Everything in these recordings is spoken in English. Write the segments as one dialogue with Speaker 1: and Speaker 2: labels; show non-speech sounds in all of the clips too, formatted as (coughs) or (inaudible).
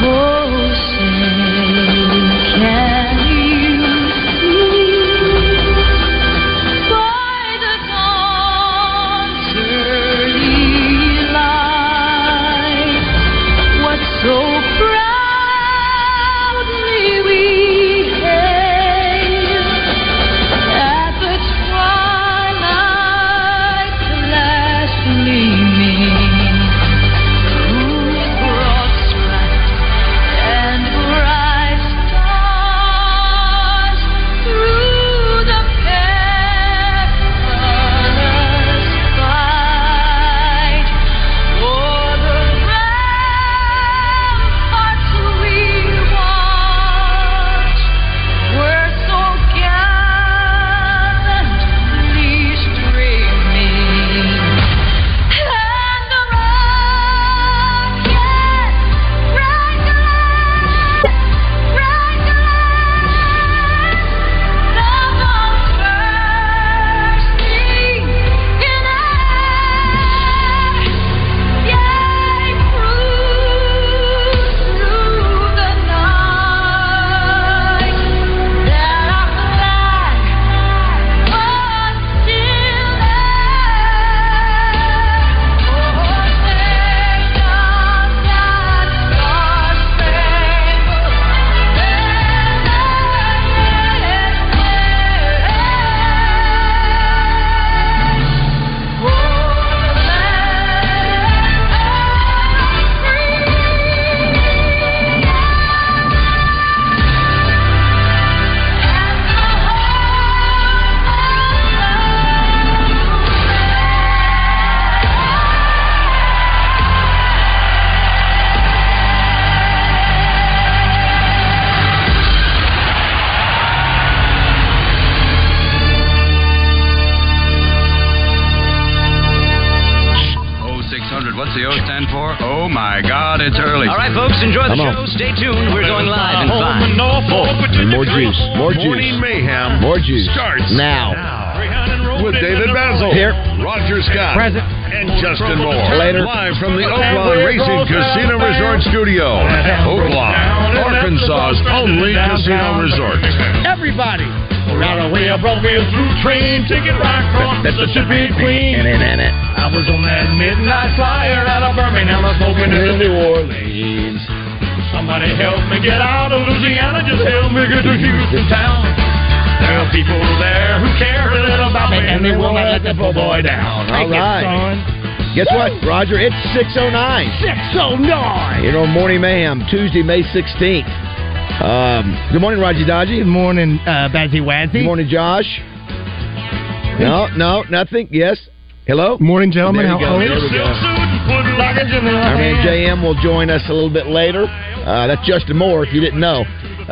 Speaker 1: Oh, say, can you see by the dawn's early light what so proudly we hailed at the twilight's last gleaming? Who brought strife and bright stars through the perilous fight? O'er Oh, the ramparts we watched were so gallantly streaming. And the rocket wranglers, wranglers, the bombs bursting in air, yea, cruised through the night. That our flag was still there. Oh, save us that star-spangled banner over the land of free.
Speaker 2: Oh, 0600. What's the O stand for? Oh, my God, it's early.
Speaker 3: All right, folks, enjoy the
Speaker 2: Come
Speaker 3: show.
Speaker 2: on.
Speaker 3: Stay tuned. We're going live in five.
Speaker 4: And more juice. More juice. mayhem. More juice. Starts now. With David Basil. Here. Roger Scott. Present. And Justin Moore.
Speaker 5: Later.
Speaker 4: Live from the
Speaker 5: And
Speaker 4: Oaklawn
Speaker 5: we're
Speaker 4: Racing
Speaker 5: both
Speaker 4: Casino
Speaker 5: down
Speaker 4: Resort
Speaker 5: there.
Speaker 4: Studio. Oaklawn, Arkansas's only casino resort.
Speaker 5: Everybody. Not a wheel, broke wheel through train, ticket rock on the shipping queen. I was on that midnight flyer out of Birmingham, I was smoking in New Orleans. Somebody help me get out of Louisiana, just help me get to Houston town. There are people there who care a little about me, and they won't let the poor boy down.
Speaker 6: All
Speaker 5: Take it,
Speaker 6: right.
Speaker 5: son.
Speaker 6: Guess what, Roger? It's 609.
Speaker 5: 609.
Speaker 6: Here on Morning Mayhem, Tuesday, May 16th. Um, good morning, Roger Dodgy. Good morning, uh, Bazzy Wazzy. Good morning, Josh. No, no, nothing. Yes. Hello? Morning,
Speaker 7: gentlemen. How are you?
Speaker 6: Our man JM will join us a little bit later. Uh, that's Justin Moore, if you didn't know.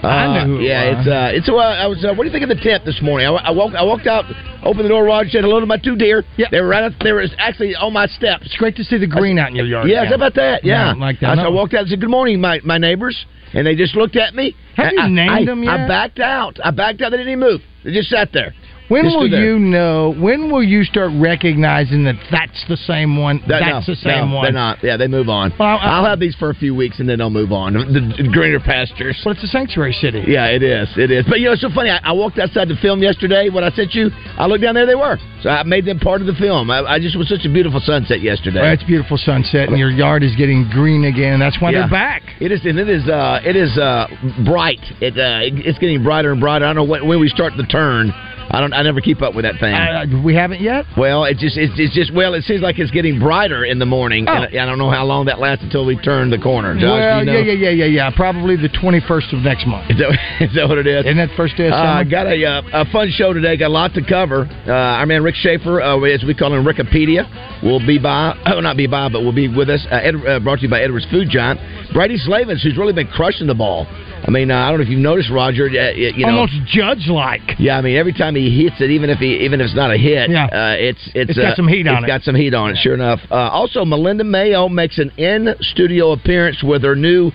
Speaker 6: Uh,
Speaker 7: I know who it
Speaker 6: yeah,
Speaker 7: was.
Speaker 6: it's uh, it's. Uh, I was. Uh, what do you think of the tent this morning? I, I walked. I walked out, opened the door. Roger said hello to my two deer. Yeah, they were right. Up, they were actually on my step. It's
Speaker 7: great to see the green out in your yard.
Speaker 6: Yeah,
Speaker 7: now.
Speaker 6: how about that? Yeah,
Speaker 7: Yeah, like that.
Speaker 6: I, said- I walked out and said good morning, my my neighbors, and they just looked at me.
Speaker 7: Have
Speaker 6: And
Speaker 7: you
Speaker 6: I,
Speaker 7: named
Speaker 6: I-
Speaker 7: them
Speaker 6: I
Speaker 7: yet?
Speaker 6: backed out. I backed out. They didn't even move. They just sat there.
Speaker 7: When
Speaker 6: Just
Speaker 7: will
Speaker 6: stood there.
Speaker 7: you know? When will you start recognizing that that's the same one?
Speaker 6: That-
Speaker 7: that's
Speaker 6: no,
Speaker 7: the same
Speaker 6: no,
Speaker 7: one.
Speaker 6: They're not. Yeah, they move on.
Speaker 7: Well, I-
Speaker 6: I'll have these for a few weeks and then I'll move on. The, the greener pastures.
Speaker 7: Well, it's a sanctuary city.
Speaker 6: Yeah, it is. It is. But you know, it's so funny. I, I walked outside to film yesterday. When I sent you, I looked down there. They were. So I made them part of the film. I, I just was such a beautiful sunset yesterday.
Speaker 7: Well, it's beautiful sunset, and your yard is getting green again. That's why
Speaker 6: Yeah.
Speaker 7: they're back.
Speaker 6: It is, and it is, uh, it is uh, bright. It, uh, it, it's getting brighter and brighter. I don't know when, when we start the turn, I don't. I never keep up with that thing.
Speaker 7: Uh, we haven't yet.
Speaker 6: Well, it just it's, it's just well, it seems like it's getting brighter in the morning, and I, I don't know how long that lasts until we turn the corner. Josh, do
Speaker 7: Oh. well,
Speaker 6: you know?
Speaker 7: yeah, yeah, yeah, yeah, yeah. Probably the twenty first of next month.
Speaker 6: Is that, is that what (laughs) it is? Isn't
Speaker 7: that the first day of summer?
Speaker 6: Uh, got a, uh, a fun show today. Got a lot to cover. Uh, our man Rick Schaefer, uh, as we call him, Rickopedia, will be by. (coughs) Oh, not be by, but will be with us. Uh, Ed, uh, brought to you by Edwards Food Giant. Brady Slavens, who's really been crushing the ball. I mean, uh, I don't know if you've noticed, Roger. Uh, you know,
Speaker 7: Almost judge like.
Speaker 6: yeah, I mean, every time he hits it, even if he even if it's not a hit,
Speaker 7: Yeah.
Speaker 6: uh, it's it's,
Speaker 7: It's got
Speaker 6: uh,
Speaker 7: some heat on
Speaker 6: It's
Speaker 7: it.
Speaker 6: got some heat on it. Sure enough. Uh, also, Melinda Mayo makes an in-studio appearance with her new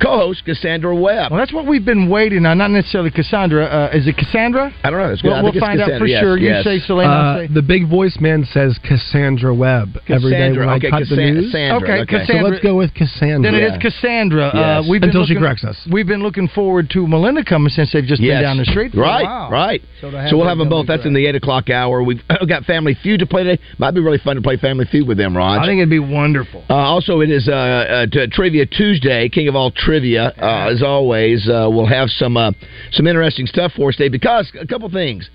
Speaker 6: co-host Cassandra Webb.
Speaker 7: Well, that's what we've been waiting on. Not necessarily Cassandra. Uh, is it Cassandra?
Speaker 6: I don't know. That's
Speaker 7: We'll, we'll find out for sure. You say Selena. I'll say.
Speaker 8: Uh, the big voice man says Cassandra Webb every day
Speaker 7: Cassandra,
Speaker 8: when I
Speaker 7: okay,
Speaker 8: cut the
Speaker 7: Cassan-
Speaker 8: news.
Speaker 7: Sandra, Okay, okay. Cassandra-
Speaker 8: So let's go with Cassandra.
Speaker 7: Then it is Cassandra. Uh,
Speaker 8: Yes.
Speaker 7: we've been
Speaker 8: Until she
Speaker 7: looking-
Speaker 8: corrects us.
Speaker 7: We've been looking forward to Melinda coming since they've just
Speaker 6: Yes.
Speaker 7: been down the street. For
Speaker 6: Right,
Speaker 7: a while.
Speaker 6: right.
Speaker 7: So
Speaker 6: So,
Speaker 7: to have
Speaker 6: we'll
Speaker 7: that
Speaker 6: have them
Speaker 7: done
Speaker 6: both. That's in the eight o'clock hour. We've (laughs) got Family Feud to play today. Might be really fun to play Family Feud with them, Rod.
Speaker 7: I think it'd be wonderful.
Speaker 6: Uh, also, it is uh, uh, t- Trivia Tuesday, King of all trivia. Uh, as always, uh, we'll have some uh, some interesting stuff for us today because a couple things.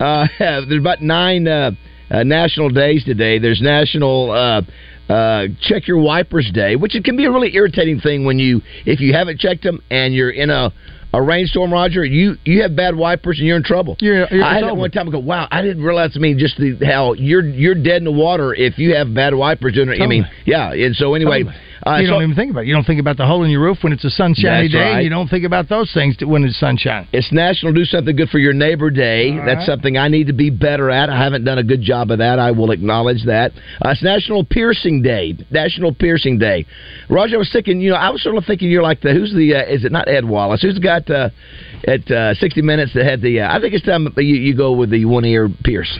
Speaker 6: Uh, (laughs) there's about nine uh, uh, national days today. There's National uh, uh, Check Your Wipers Day, which it can be a really irritating thing when you if you haven't checked them and you're in a a rainstorm, Roger. You you have bad wipers and you're in trouble.
Speaker 7: you're-
Speaker 6: I had
Speaker 7: it's
Speaker 6: that
Speaker 7: over.
Speaker 6: one time. I go, wow, I didn't realize. I mean, just the, how you're you're dead in the water if you have bad wipers. Doing it. I mean, yeah. And so anyway, uh,
Speaker 7: you
Speaker 6: so-
Speaker 7: don't even think about it. You don't think about the hole in your roof when it's a sunshiny
Speaker 6: That's
Speaker 7: day. and
Speaker 6: right.
Speaker 7: You don't think about those things t- when it's sunshine.
Speaker 6: It's National Do Something Good for Your Neighbor Day. That's
Speaker 7: right.
Speaker 6: something I need to be better at. I haven't done a good job of that. I will acknowledge that. Uh, it's National Piercing Day. National Piercing Day. Roger, I was thinking, you know, I was sort of thinking you're like the who's the uh, is it not Ed Wallace? Who's got uh, at uh, 60 Minutes that had the? Uh, I think it's time you, you go with the one ear pierce.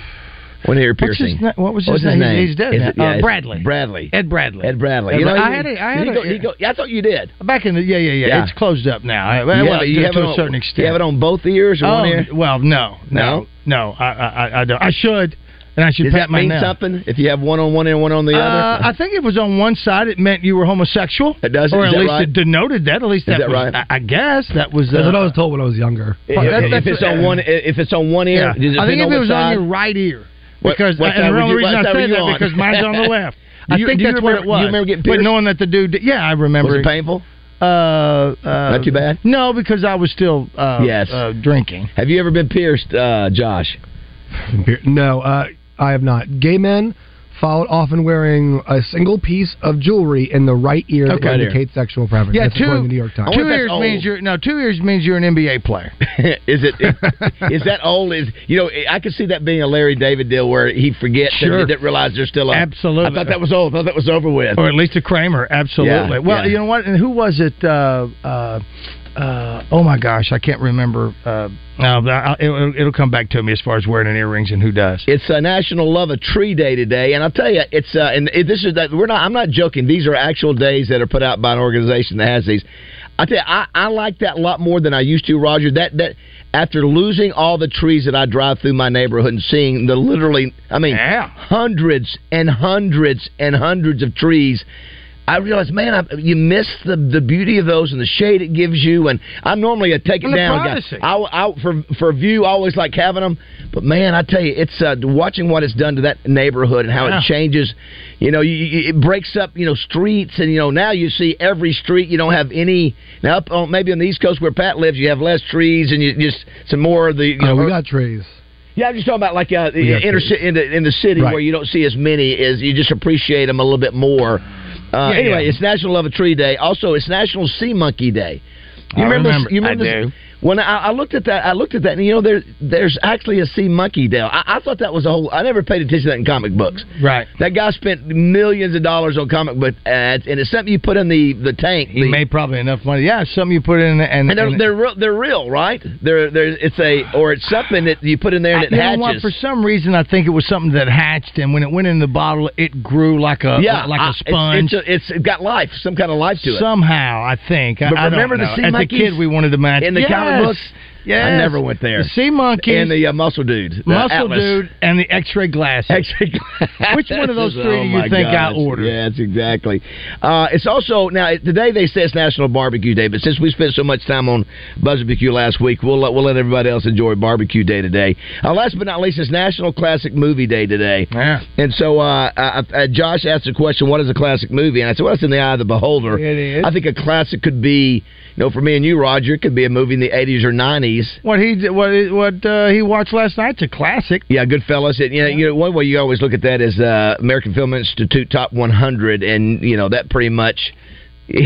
Speaker 6: One ear
Speaker 7: What's his
Speaker 6: piercing.
Speaker 7: na- what was his
Speaker 6: What's
Speaker 7: name? He's- he's dead
Speaker 6: Is
Speaker 7: now.
Speaker 6: it-
Speaker 7: Uh,
Speaker 6: it's-
Speaker 7: Bradley.
Speaker 6: Bradley.
Speaker 7: Ed Bradley.
Speaker 6: Ed Bradley.
Speaker 7: Ed
Speaker 6: you know,
Speaker 7: Bra- I
Speaker 6: he-
Speaker 7: had a- I had
Speaker 6: he
Speaker 7: a-
Speaker 6: go- he go- I thought you did.
Speaker 7: Back in the yeah yeah yeah.
Speaker 6: Yeah.
Speaker 7: It's closed up now. I-
Speaker 6: You
Speaker 7: well,
Speaker 6: have it- you
Speaker 7: to,
Speaker 6: have
Speaker 7: to
Speaker 6: it
Speaker 7: a
Speaker 6: on-
Speaker 7: certain
Speaker 6: you
Speaker 7: extent.
Speaker 6: have it on both ears or
Speaker 7: oh,
Speaker 6: one ear?
Speaker 7: Well, no,
Speaker 6: No?
Speaker 7: no, no. Oh, I I, I- I don't. I should, and I should
Speaker 6: Does
Speaker 7: pat
Speaker 6: that
Speaker 7: my
Speaker 6: mean
Speaker 7: nail.
Speaker 6: something if you have one on one ear and one on the
Speaker 7: Uh,
Speaker 6: other?
Speaker 7: I think it was on one side. It meant you were homosexual. It
Speaker 6: does?
Speaker 7: or at
Speaker 6: Is that
Speaker 7: least
Speaker 6: right?
Speaker 7: it denoted that. At least that,
Speaker 6: Is that
Speaker 7: was,
Speaker 6: right?
Speaker 7: I, I
Speaker 8: (laughs)
Speaker 7: guess that was.
Speaker 8: That's what I
Speaker 7: Uh,
Speaker 8: was told when I was younger.
Speaker 6: If,
Speaker 7: that-
Speaker 6: if
Speaker 7: that's-
Speaker 6: it's on one, if it's on one ear,
Speaker 7: yeah.
Speaker 6: does it
Speaker 7: I think
Speaker 6: depend
Speaker 7: if
Speaker 6: on
Speaker 7: it
Speaker 6: what
Speaker 7: was
Speaker 6: side?
Speaker 7: on your right ear,
Speaker 6: What-
Speaker 7: because
Speaker 6: what
Speaker 7: and
Speaker 6: side
Speaker 7: the
Speaker 6: were
Speaker 7: only
Speaker 6: you-
Speaker 7: reason
Speaker 6: what
Speaker 7: I
Speaker 6: side were
Speaker 7: said
Speaker 6: you
Speaker 7: that
Speaker 6: on?
Speaker 7: because mine's
Speaker 6: (laughs)
Speaker 7: on the left. I
Speaker 6: Do you-
Speaker 7: think
Speaker 6: do you
Speaker 7: that's what it
Speaker 6: remember-
Speaker 7: was.
Speaker 6: you remember getting
Speaker 7: but
Speaker 6: pierced?
Speaker 7: knowing that the dude, did- yeah, I remember.
Speaker 6: was it painful?
Speaker 7: Uh, uh,
Speaker 6: Not too bad?
Speaker 7: No, because I was still uh,
Speaker 6: Yes.
Speaker 7: uh, drinking.
Speaker 6: Have you ever been pierced, uh,
Speaker 7: (laughs)
Speaker 6: Josh?
Speaker 8: No, uh, I have not. Gay men followed often wearing a single piece of jewelry in the right ear
Speaker 7: Okay.
Speaker 8: that
Speaker 7: Right ear.
Speaker 8: indicates sexual preference.
Speaker 7: Yeah,
Speaker 8: That's
Speaker 7: two,
Speaker 8: according to the New York Times.
Speaker 7: two years means you're no two years means you're an NBA
Speaker 6: (laughs)
Speaker 7: player.
Speaker 6: is it is that old? Is you know I could see that being a Larry David deal where he forgets
Speaker 7: Sure.
Speaker 6: and didn't realize there's still a.
Speaker 7: Absolutely.
Speaker 6: I thought that was old. I thought that was over with.
Speaker 7: or at least a Kramer. Absolutely.
Speaker 6: Yeah,
Speaker 7: well,
Speaker 6: yeah.
Speaker 7: you know what? And who was it? Uh, uh, uh, oh my gosh, I can't remember. Uh, no, but I- it'll, it'll come back to me as far as wearing an earrings and who does.
Speaker 6: It's a National Love a Tree Day today, and I'll tell you, it's uh, and it- this is that we're not. I'm not joking. These are actual days that are put out by an organization that has these. I tell you, I, I like that a lot more than I used to, Roger. That that after losing all the trees that I drive through my neighborhood and seeing the literally, I mean, hundreds and hundreds and hundreds of trees. I realized, man, I, you miss the the beauty of those and the shade it gives you. And I'm normally a take it
Speaker 7: And the
Speaker 6: down guy.
Speaker 7: privacy.
Speaker 6: I, I for for view, I always like having them. But man, I tell you, it's uh, watching what it's done to that neighborhood and how
Speaker 7: Yeah.
Speaker 6: it changes. You know, you, you, it breaks up. You know, streets, and you know now you see every street. You don't have any now. Up on, maybe on the East Coast where Pat lives, you have less trees and you just some more of the. You know,
Speaker 8: Oh, we got trees.
Speaker 6: yeah, I'm just talking about like uh, the
Speaker 8: Yeah,
Speaker 6: inner ci- in the in the city
Speaker 8: Right.
Speaker 6: where you don't see as many as you just appreciate them a little bit more. Uh,
Speaker 7: Yeah,
Speaker 6: anyway,
Speaker 7: yeah.
Speaker 6: it's National Love a Tree Day. Also, it's National Sea Monkey Day.
Speaker 7: I remember.
Speaker 6: You
Speaker 7: I
Speaker 6: remember
Speaker 7: do.
Speaker 6: When I, I looked at that, I looked at that, and you know, there there's actually a sea monkey Day. I, I thought that was a whole. I never paid attention to that in comic books.
Speaker 7: Right.
Speaker 6: That guy spent millions of dollars on comic book ads, and it's something you put in the the tank.
Speaker 7: He
Speaker 6: the-
Speaker 7: made probably enough money. Yeah, something you put in and,
Speaker 6: and they're they're real, they're real, right? They're, they're it's a or it's something that you put in there and it
Speaker 7: you
Speaker 6: hatches.
Speaker 7: know what? For some reason, I think it was something that hatched, and when it went in the bottle, it grew like a
Speaker 6: yeah,
Speaker 7: uh, like
Speaker 6: I-
Speaker 7: a
Speaker 6: it's-
Speaker 7: sponge.
Speaker 6: It's, it's, it's got life, some kind of life to it.
Speaker 7: Somehow, I think. I-
Speaker 6: But
Speaker 7: I don't
Speaker 6: remember the
Speaker 7: know.
Speaker 6: sea
Speaker 7: As a
Speaker 6: monkeys
Speaker 7: kid, we wanted to match
Speaker 6: in the comic
Speaker 7: Yes.
Speaker 6: books?
Speaker 7: Yes.
Speaker 6: I never went there.
Speaker 7: The sea monkeys.
Speaker 6: and the uh, muscle dude, the
Speaker 7: muscle
Speaker 6: Atlas.
Speaker 7: dude and the X-ray glasses.
Speaker 6: X-ray (laughs)
Speaker 7: glasses. Which one of those
Speaker 6: three
Speaker 7: three do you think I ordered?
Speaker 6: Yeah, that's exactly. Uh, it's also now today they say it's National Barbecue Day, but since we spent so much time on barbecue last week, we'll let, we'll let everybody else enjoy Barbecue Day today. Uh, last but not least, it's National Classic Movie Day today.
Speaker 7: Yeah.
Speaker 6: And so uh, I, I, Josh asked the question, "What is a classic movie?" And I said, "Well, it's in the eye of the beholder."
Speaker 7: It is.
Speaker 6: I think a classic could be, you know, for me and you, Roger, it could be a movie in the '80s or '90s.
Speaker 7: What he did- what he- what uh, he watched last night's a classic.
Speaker 6: Yeah, Goodfellas. And, you know, you know, one way you always look at that is uh, American Film Institute Top 100, and you know that pretty much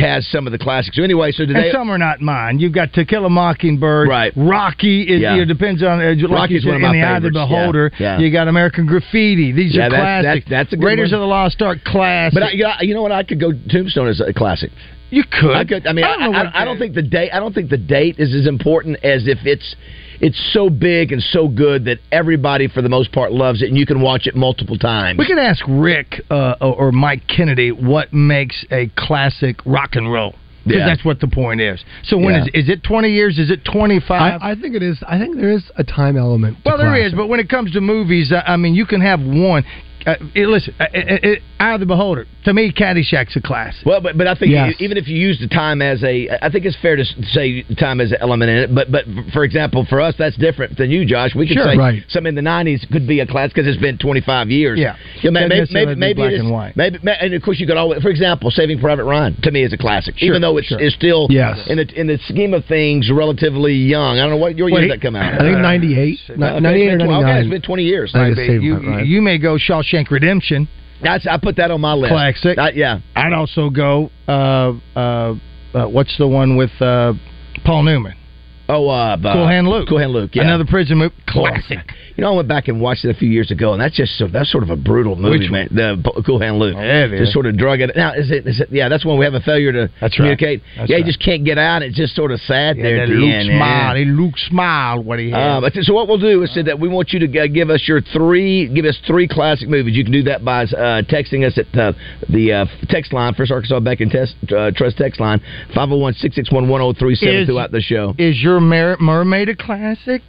Speaker 6: has some of the classics. So anyway, so
Speaker 7: and
Speaker 6: today
Speaker 7: some are not mine. You've got To Kill a Mockingbird,
Speaker 6: Right.
Speaker 7: Rocky. It,
Speaker 6: Yeah.
Speaker 7: you know, depends on uh, like you
Speaker 6: Rocky's
Speaker 7: said,
Speaker 6: one of my
Speaker 7: in the eye of the
Speaker 6: favorites. Yeah.
Speaker 7: beholder.
Speaker 6: Yeah.
Speaker 7: You got American Graffiti. These
Speaker 6: Yeah,
Speaker 7: are
Speaker 6: that's-
Speaker 7: classics.
Speaker 6: that's- that's a good
Speaker 7: Raiders
Speaker 6: one.
Speaker 7: of the Lost Ark classic.
Speaker 6: But I, you, know, you know what? I could go Tombstone as a classic.
Speaker 7: You could.
Speaker 6: I could. I mean, I
Speaker 7: I don't
Speaker 6: don't,
Speaker 7: know
Speaker 6: I,
Speaker 7: what
Speaker 6: I don't think the date. I don't think the date is as important as if it's it's so big and so good that everybody, for the most part, loves it, and you can watch it multiple times.
Speaker 7: we could ask Rick uh, or or Mike Kennedy what makes a classic rock and roll. 'Cause
Speaker 8: Yeah.
Speaker 7: that's what the point is. So when
Speaker 8: Yeah.
Speaker 7: is is it twenty years? Is it twenty five?
Speaker 8: I, I think it is. I think there is a time element. to
Speaker 7: Well, there is,
Speaker 8: classic.
Speaker 7: but when it comes to movies, I, I mean, you can have one. Uh, it, listen, uh, it, it, Eye of the Beholder. To me, Caddyshack's a classic.
Speaker 6: Well, but but I think
Speaker 7: Yes.
Speaker 6: you, even if you use the time as a, I think it's fair to s- say time as an element in it. But but for example, for us, that's different than you, Josh. We could
Speaker 7: Sure.
Speaker 6: say
Speaker 7: Right.
Speaker 6: some in the '90s could be a class because it's been 25 years.
Speaker 7: Yeah.
Speaker 6: may-
Speaker 7: Doesn't
Speaker 6: may-
Speaker 7: necessarily
Speaker 6: maybe
Speaker 7: be
Speaker 6: maybe
Speaker 7: black
Speaker 6: it is-
Speaker 7: and white.
Speaker 6: Maybe ma- and of course you could always, for example, Saving Private Ryan to me is a classic,
Speaker 7: Sure,
Speaker 6: even though it's,
Speaker 7: sure.
Speaker 6: it's still
Speaker 7: Yes.
Speaker 6: in the in the scheme of things relatively young. I don't know what your
Speaker 7: Well, he-
Speaker 6: year did that come out.
Speaker 7: I think
Speaker 8: 98,
Speaker 6: Well, okay, it's
Speaker 8: 98 or
Speaker 6: been tw- Okay,
Speaker 8: 99.
Speaker 6: it's been 20 years.
Speaker 8: I think it's Saving
Speaker 7: you,
Speaker 8: Private Ryan.
Speaker 7: you may go Shawshank Redemption.
Speaker 6: That's I put that on my list.
Speaker 7: Classic.
Speaker 6: That- yeah.
Speaker 7: I'd also go. Uh, uh, uh, what's the one with uh, Paul Newman?
Speaker 6: Oh, uh,
Speaker 7: Cool Hand Luke.
Speaker 6: Cool Hand Luke. Yeah.
Speaker 7: Another prison movie. Classic.
Speaker 6: You know, I went back and watched it a few years ago, and that's just so that's sort of a brutal movie,
Speaker 7: Which
Speaker 6: man. The P- Cool Hand Luke,
Speaker 7: Yeah, it
Speaker 6: just
Speaker 7: is.
Speaker 6: sort of drug it. Now, is it, is it? Yeah, that's when we have a failure to
Speaker 7: That's right.
Speaker 6: communicate.
Speaker 7: That's
Speaker 6: yeah,
Speaker 7: right.
Speaker 6: he just can't get out. It's just sort of sad there
Speaker 7: Yeah,
Speaker 6: at
Speaker 7: that
Speaker 6: the
Speaker 7: Luke
Speaker 6: end.
Speaker 7: smile.
Speaker 6: Yeah.
Speaker 7: He Luke smile. What he had.
Speaker 6: Uh, but so what we'll do is say that we want you to uh, give us your three, give us three classic movies. You can do that by uh, texting us at uh, the uh, text line, First Arkansas Bank and Test, uh, Trust text line, 501-661-1037
Speaker 7: Is-
Speaker 6: throughout the show.
Speaker 7: is your mer- mermaid a classic?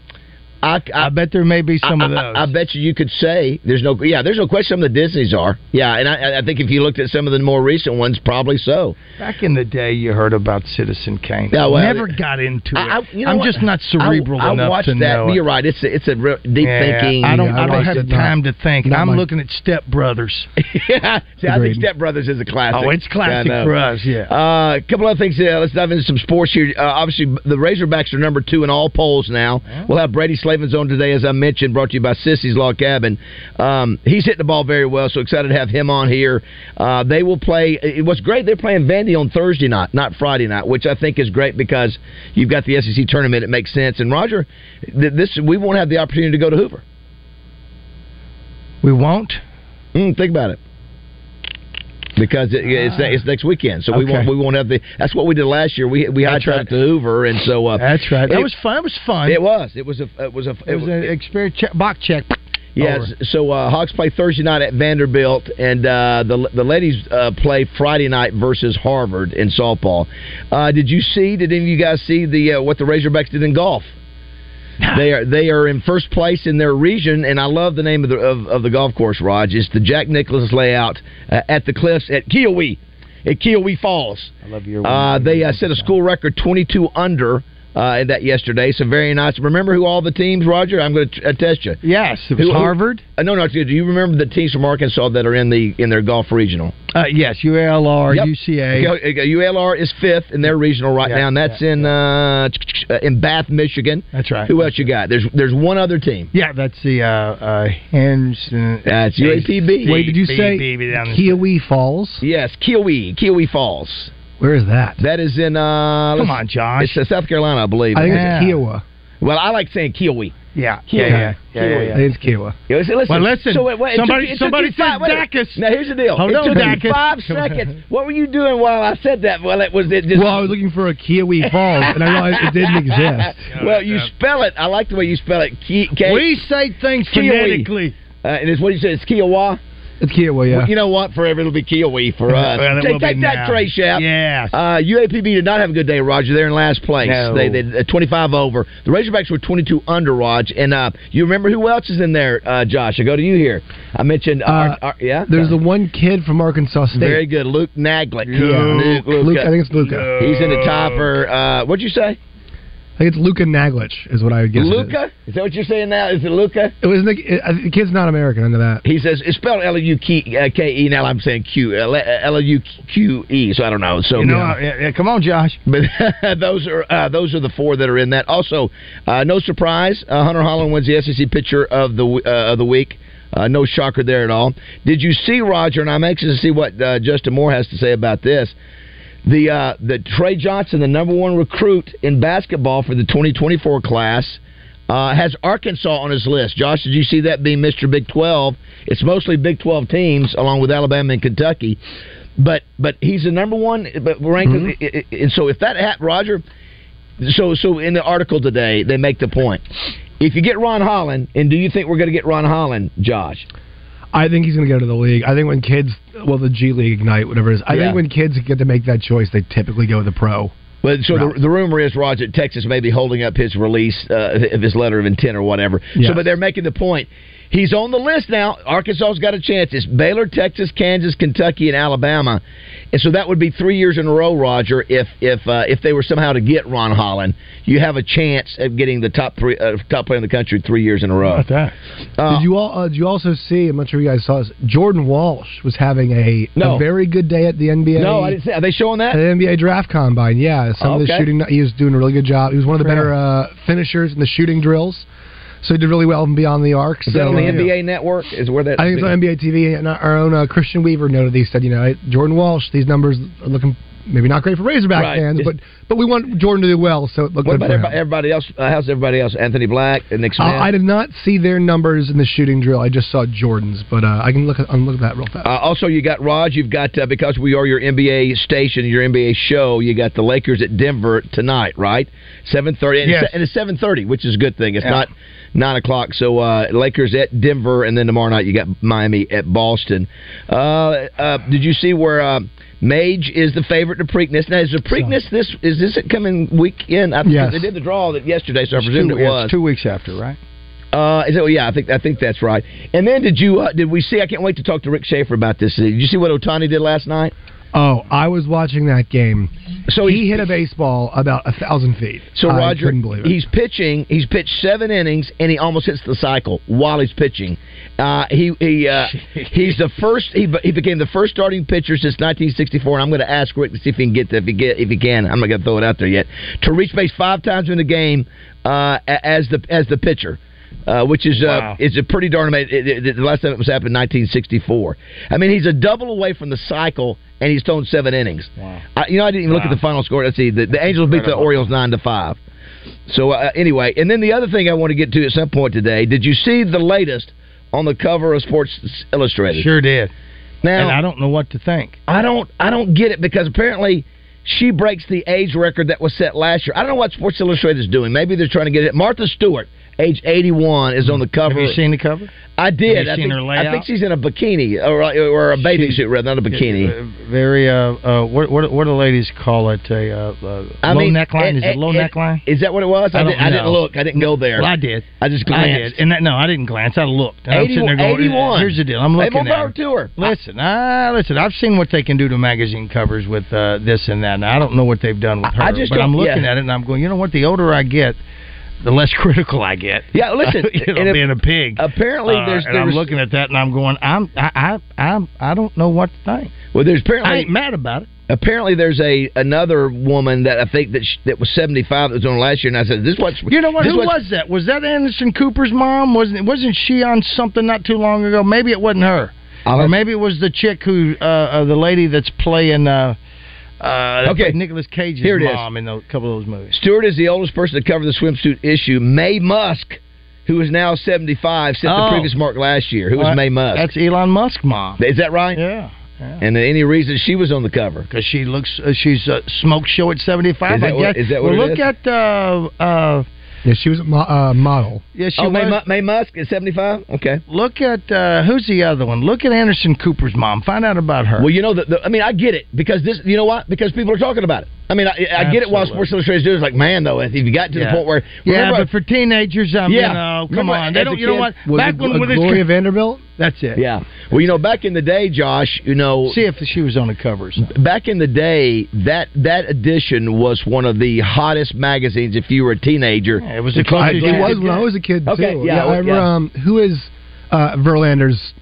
Speaker 6: I, I,
Speaker 7: bet there may be some
Speaker 6: I,
Speaker 7: of
Speaker 6: I-
Speaker 7: those.
Speaker 6: I, bet you you could say there's no yeah there's no question some of the Disney's are yeah and I, I think if you looked at some of the more recent ones probably so.
Speaker 7: Back in the day, you heard about Citizen Kane.
Speaker 6: Yeah, well,
Speaker 7: Never got into it.
Speaker 6: I- I- you know
Speaker 7: I'm
Speaker 6: what?
Speaker 7: just not
Speaker 6: I-
Speaker 7: cerebral
Speaker 6: I,
Speaker 7: enough
Speaker 6: watched
Speaker 7: to
Speaker 6: that.
Speaker 7: know. it.
Speaker 6: You're right. It's a, it's a real deep
Speaker 7: Yeah,
Speaker 6: thinking.
Speaker 7: I don't. I don't have the time to think.
Speaker 6: Not
Speaker 7: I'm
Speaker 6: my-
Speaker 7: looking at Step Brothers.
Speaker 6: yeah, (laughs) see, I think Step Brothers is a classic.
Speaker 7: Oh, it's classic
Speaker 6: I know.
Speaker 7: for us. Yeah.
Speaker 6: Uh, a couple other things. Uh, let's dive into some sports here. Uh, obviously, the Razorbacks are number two in all polls now. We'll have Brady Slavin's on today, as I mentioned, brought to you by Sissy's Log Cabin. Um, he's hitting the ball very well, so excited to have him on here. Uh, they will play. It was great. They're playing Vandy on Thursday night, not Friday night, which I think is great because you've got the SEC tournament. It makes sense. And Roger, th- this we won't have the opportunity to go to Hoover.
Speaker 7: We won't.
Speaker 6: Mm, think about it. Because it, it's ne- it's next weekend, so we
Speaker 7: Ah. Okay.
Speaker 6: won't we won't have the. That's what we did last year. We we hightailed it to Hoover, and so uh,
Speaker 7: That's right. That
Speaker 6: it-
Speaker 7: was fun. It was fun.
Speaker 6: It was. It was a. It was a.
Speaker 7: It was an experience check, box check.
Speaker 6: Yes.
Speaker 7: Over.
Speaker 6: So uh, Hawks play Thursday night at Vanderbilt, and uh, the the ladies uh, play Friday night versus Harvard in softball. Uh, did you see? Did any of you guys see the uh, what the Razorbacks did in
Speaker 7: (laughs)
Speaker 6: golf? They are they are in first place in their region, and I love the name of the of, of the golf course. Raj, it's the Jack Nicklaus layout uh, at the cliffs at Kiowee, at Kiowee Falls. I
Speaker 7: love your.
Speaker 6: Uh, they uh, set a school record 22 under uh, in that yesterday. So very nice. Remember who all the teams, Roger? I'm going to test you.
Speaker 7: Yes, it was
Speaker 6: Who- who-
Speaker 7: Harvard.
Speaker 6: Uh, no, no. Do you remember the teams from Arkansas that are in the in their golf regional?
Speaker 7: Uh, yes, ULR, UCA.
Speaker 6: Okay, okay, ULR is fifth in their regional right now, and that's in uh, in Bath, Michigan.
Speaker 7: That's right.
Speaker 6: Who else you got? There's there's one other team.
Speaker 7: Yeah, that's the uh, uh, Henderson.
Speaker 6: That's UAPB.
Speaker 8: Wait, did you say Kiwi Falls?
Speaker 6: Yes, Kiwi, Kiwi Falls.
Speaker 8: Where is that?
Speaker 6: That is in. Uh,
Speaker 8: Come
Speaker 6: let's-
Speaker 8: on, Josh.
Speaker 6: It's uh, South Carolina, I believe.
Speaker 8: I think it's
Speaker 6: Yeah.
Speaker 8: Kiowa.
Speaker 6: Well, I like saying Kiwi.
Speaker 7: Yeah,
Speaker 6: Kiwi.
Speaker 7: yeah, yeah, yeah, yeah.
Speaker 8: I think it's Kiowa.
Speaker 6: Yeah, listen, listen.
Speaker 7: Well, listen,
Speaker 6: So, wait, wait, it
Speaker 7: somebody-
Speaker 6: took you- it took
Speaker 7: somebody
Speaker 6: you five-
Speaker 7: said
Speaker 6: wait,
Speaker 7: Dacus.
Speaker 6: Now here's the deal.
Speaker 7: Hold
Speaker 6: it
Speaker 7: on,
Speaker 6: took you
Speaker 7: Dacus.
Speaker 6: five seconds. What were you doing while I said that? Well, it was it just.
Speaker 8: Well, I was looking for a Kiwi Falls, and I realized it didn't exist.
Speaker 6: (laughs) well, you spell it. I like the way you spell it. Ki- K-
Speaker 7: We say things
Speaker 6: Kiwi.
Speaker 7: phonetically.
Speaker 6: Uh, and it's what you said. It's Kiowa.
Speaker 8: It's Kiowa, yeah.
Speaker 6: Well, You know what? Forever it'll be Kiwi for
Speaker 8: (laughs)
Speaker 6: us.
Speaker 8: Well, it
Speaker 6: take
Speaker 8: will
Speaker 6: take
Speaker 8: be
Speaker 6: that,
Speaker 8: now.
Speaker 6: Trey Shapp. Yes. Uh, UAPB did not have a good day, Roger. They're in last place.
Speaker 8: No.
Speaker 6: They, they uh, 25 over. The Razorbacks were 22 under, Rog. And uh, you remember who else is in there, uh, Josh? I go to you here. I mentioned, uh, our- our- yeah?
Speaker 8: There's the one kid from Arkansas State.
Speaker 6: Very good. Luke Naglick.
Speaker 8: Luke. Luke- I think it's Luca.
Speaker 6: He's in the tie for, uh, what'd you say?
Speaker 8: I think it's Luca Naglich is what I would guess. it is.
Speaker 6: Luca? Is that what you're saying now? Is it Luca?
Speaker 8: It was the, it, I think the kid's not American under that.
Speaker 6: He says it's spelled L U K E. Now I'm saying Q L L U Q E. So I don't know. So
Speaker 7: You know, uh, yeah, yeah, come on, Josh.
Speaker 6: (laughs) But those are uh, those are the four that are in that. Also, uh, no surprise, uh, Hunter Holland wins the SEC Pitcher of the w- uh, of the week. Uh, no shocker there at all. Did you see Roger? And I'm anxious to see what uh, Justin Moore has to say about this. The uh, the Trey Johnson, the number one recruit in basketball for the 2024 class, uh, has Arkansas on his list. Josh, did you see that being Mr. Big 12? It's mostly Big 12 teams, along with Alabama and Kentucky. But but he's the number one but ranked, and so if that hat Roger, so so in the article today they make the point. If you get Ron Holland, and do you think we're going to get Ron Holland, Josh?
Speaker 8: I think he's going to go to the league. I think when kids, well, the G League Ignite, whatever it is, I
Speaker 6: Yeah.
Speaker 8: think when kids get to make that choice, they typically go with the pro.
Speaker 6: But so the, the rumor is Roger at Texas may be holding up his release uh, of his letter of intent or whatever. So,
Speaker 8: Yes.
Speaker 6: but they're making the point. He's on the list now. Arkansas's got a chance. It's Baylor, Texas, Kansas, Kentucky, and Alabama, and so that would be three years in a row, Roger. If if uh, if they were somehow to get Ron Holland, you have a chance of getting the top three uh, top player in the country three years in a row.
Speaker 8: did you all? Uh, did you also see? I'm not sure you guys saw this. Jordan Walsh was having a,
Speaker 6: No.
Speaker 8: a very good day at the NBA.
Speaker 6: No, I didn't see. Are they showing
Speaker 8: At
Speaker 6: that?
Speaker 8: the NBA draft combine, yeah, some of the
Speaker 6: Okay.
Speaker 8: shooting. He was doing a really good job. He was one of the better uh, finishers in the shooting drills, so he did really well and beyond the arc.
Speaker 6: Is
Speaker 8: so,
Speaker 6: that on the
Speaker 8: uh,
Speaker 6: NBA Network? Is where that?
Speaker 8: I think it's on NBA TV, and our own uh, Christian Weaver noted. He said, you know, Jordan Walsh, these numbers are looking maybe not great for Razorback
Speaker 6: Right.
Speaker 8: fans, but but we want Jordan to do well, so it looked
Speaker 6: What
Speaker 8: good
Speaker 6: about
Speaker 8: for him.
Speaker 6: everybody, everybody else? Uh, how's everybody else? Anthony Black and Nick Smith.
Speaker 8: Uh, I did not see their numbers in the shooting drill. I just saw Jordan's, but uh, I can look at, I'll look at that real fast.
Speaker 6: Uh, also, you got Raj. You've got uh, because we are your NBA station, your NBA show. You got the Lakers at Denver tonight, right? Seven thirty, and,
Speaker 8: Yes.
Speaker 6: it's- and it's seven thirty, which is a good thing. It's
Speaker 8: Yeah.
Speaker 6: not nine o'clock. So uh, Lakers at Denver, and then tomorrow night you got Miami at Boston. Uh, uh, did you see where uh, Mage is the favorite to Preakness? Now is the Preakness this is this it coming weekend? I,
Speaker 7: Yes.
Speaker 6: they did the draw that yesterday, so I presumed
Speaker 7: two,
Speaker 6: it was.
Speaker 7: It's two weeks after, right?
Speaker 6: Uh, is that, well, yeah, I think I think that's right. And then did you uh, did we see? I can't wait to talk to Rick Schaefer about this. Did you see what Otani did last night?
Speaker 8: Oh, I was watching that game.
Speaker 6: So
Speaker 8: he hit a baseball about a thousand feet.
Speaker 6: So
Speaker 8: I
Speaker 6: Roger,
Speaker 8: couldn't believe it.
Speaker 6: he's pitching. He's pitched seven innings, and he almost hits the cycle while he's pitching. Uh, he he
Speaker 9: (laughs)
Speaker 6: uh, he's the first. He, be- he became the first starting pitcher since 1964. And I'm going to ask Rick to see if he can get that. If he get if he can, I'm not going to throw it out there yet. To reach base five times in the game uh, a- as the as the pitcher. Uh, which is uh,
Speaker 9: Wow.
Speaker 6: is a pretty darn amazing. It, it- it- the last time it was happened, in 1964. I mean, he's a double away from the cycle, and he's thrown seven innings. Wow. I, you know, I didn't even look at
Speaker 9: Wow.
Speaker 6: the final score. Let's see, the, the Angels beat the
Speaker 9: Incredible.
Speaker 6: Orioles nine to five. So uh, anyway, and then the other thing I want to get to at some point today. Did you see the latest on the cover of Sports Illustrated?
Speaker 7: Sure did.
Speaker 6: Now-
Speaker 7: and I don't know what to think.
Speaker 6: I don't I don't get it because apparently she breaks the age record that was set last year. I don't know what Sports Illustrated is doing. Maybe they're trying to get it. Martha Stewart, age 81, is on the cover.
Speaker 7: Have you seen the cover?
Speaker 6: I did.
Speaker 7: Have you seen
Speaker 6: I, think,
Speaker 7: her
Speaker 6: I think
Speaker 7: layout?
Speaker 6: she's in a bikini or, or a bathing
Speaker 7: She-
Speaker 6: suit, rather, not a bikini.
Speaker 7: Very. Uh, uh, what, what what do ladies call it? A uh, uh,
Speaker 6: I
Speaker 7: low
Speaker 6: mean,
Speaker 7: neckline.
Speaker 6: it-
Speaker 7: Is it low
Speaker 6: it-
Speaker 7: neckline?
Speaker 6: Is that what it was? I,
Speaker 7: I don't
Speaker 6: did, I didn't
Speaker 7: know.
Speaker 6: look. I didn't go there.
Speaker 7: Well, I did.
Speaker 6: I just
Speaker 7: I
Speaker 6: glanced.
Speaker 7: did. And that, no, I didn't glance. I looked. And I'm sitting there going,
Speaker 6: 81.
Speaker 7: Here's the deal. I'm
Speaker 6: Hey,
Speaker 7: looking
Speaker 6: more
Speaker 7: at
Speaker 6: power
Speaker 7: it.
Speaker 6: to her.
Speaker 7: Listen, ah, listen. I've seen what they can do to magazine covers with uh, this and that. And I don't know what they've done with her.
Speaker 6: I- I just
Speaker 7: but
Speaker 6: don't-
Speaker 7: I'm looking
Speaker 6: yeah.
Speaker 7: at it and I'm going. You know what? The older I get, the less (laughs) critical I get.
Speaker 6: Yeah, listen,
Speaker 7: (laughs) you know,
Speaker 6: and if-
Speaker 7: being a pig.
Speaker 6: Apparently,
Speaker 7: Uh,
Speaker 6: there's
Speaker 7: and I'm
Speaker 6: there's-
Speaker 7: looking at that and I'm going. I'm I I I'm, I don't know what to think.
Speaker 6: Well, there's apparently
Speaker 7: I ain't mad about it.
Speaker 6: Apparently, there's a another woman that I think that sh- that was 75 that was on last year, and I said, "This what's
Speaker 7: You know what?
Speaker 6: This
Speaker 7: Who
Speaker 6: what's-
Speaker 7: was that? Was that Anderson Cooper's mom? Wasn't wasn't she on something not too long ago? Maybe it wasn't her,
Speaker 6: I'll
Speaker 7: or
Speaker 6: have-
Speaker 7: maybe it was the chick who, uh, uh, the lady that's playing. Uh, uh,
Speaker 6: Okay.
Speaker 7: Nicholas Cage's
Speaker 6: Here it is.
Speaker 7: mom in a couple of those movies.
Speaker 6: Stewart is the oldest person to cover the swimsuit issue. May Musk, who is now 75, set
Speaker 7: Oh.
Speaker 6: the previous mark last year. Who was
Speaker 7: Uh,
Speaker 6: May Musk?
Speaker 7: That's Elon Musk's mom.
Speaker 6: Is that right?
Speaker 7: Yeah.
Speaker 6: And any reason she was on the cover?
Speaker 7: Because she looks, uh, she's a smoke show at 75.
Speaker 6: Is that
Speaker 7: I
Speaker 6: what-
Speaker 7: guess.
Speaker 6: is that what
Speaker 7: well,
Speaker 6: it
Speaker 7: look
Speaker 6: is?
Speaker 7: at uh, uh,
Speaker 8: Yeah, she was a mo- uh, model.
Speaker 7: Yeah, she
Speaker 8: Oh, May
Speaker 7: was.
Speaker 6: May Musk at 75? Okay.
Speaker 7: Look at, uh, who's the other one? Look at Anderson Cooper's mom. Find out about her.
Speaker 6: Well, you know, the, the, I mean, I get it because this, you know what? Because people are talking about it. I mean, I, I get it while Sports Illustrated is doing. it. It's like, man, though, if you got to
Speaker 7: Yeah.
Speaker 6: the point where,
Speaker 7: Yeah,
Speaker 6: remember-
Speaker 7: but for teenagers, I mean, oh, come
Speaker 6: Remember
Speaker 7: on. They
Speaker 6: as
Speaker 7: don't,
Speaker 6: a
Speaker 7: you know
Speaker 6: kid-
Speaker 7: what? Back when with his
Speaker 8: Vanderbilt, that's it.
Speaker 6: Yeah. Well, you know, back in the day, Josh, you know, see
Speaker 7: if she was on the covers.
Speaker 6: Back in the day, that that edition was one of the hottest magazines. If you were a teenager, it was
Speaker 8: it was when I was a kid
Speaker 6: Okay,
Speaker 8: too.
Speaker 6: yeah,
Speaker 8: I remember,
Speaker 6: yeah.
Speaker 8: um, who is uh, Verlander's?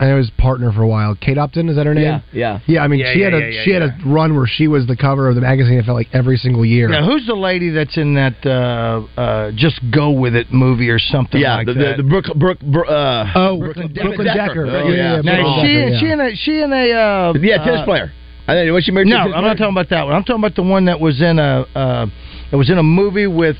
Speaker 8: I know his partner for a while. Kate Upton is that her name?
Speaker 6: Yeah, yeah.
Speaker 8: Yeah, I mean,
Speaker 7: Yeah,
Speaker 8: she
Speaker 7: yeah,
Speaker 8: had a
Speaker 7: yeah, yeah,
Speaker 8: she had a run where she was the cover of the magazine. It felt like every single year.
Speaker 7: Now, who's the lady that's in that uh, uh, "Just Go with It" movie or something?
Speaker 8: Yeah,
Speaker 7: like
Speaker 8: the- the-
Speaker 7: that?
Speaker 8: the
Speaker 6: Brooke, Brooke, Brooke uh,
Speaker 8: oh, Brooklyn, Brooklyn Decker.
Speaker 6: Oh, yeah.
Speaker 7: Now,
Speaker 6: Brooklyn
Speaker 7: she,
Speaker 6: Decker, yeah.
Speaker 7: she and a she and a uh,
Speaker 6: Yeah, tennis
Speaker 7: uh,
Speaker 6: player. I think was she married? to
Speaker 7: No,
Speaker 6: a
Speaker 7: I'm
Speaker 6: tennis
Speaker 7: not talking about that one. I'm talking about the one that was in a uh, that was in a movie with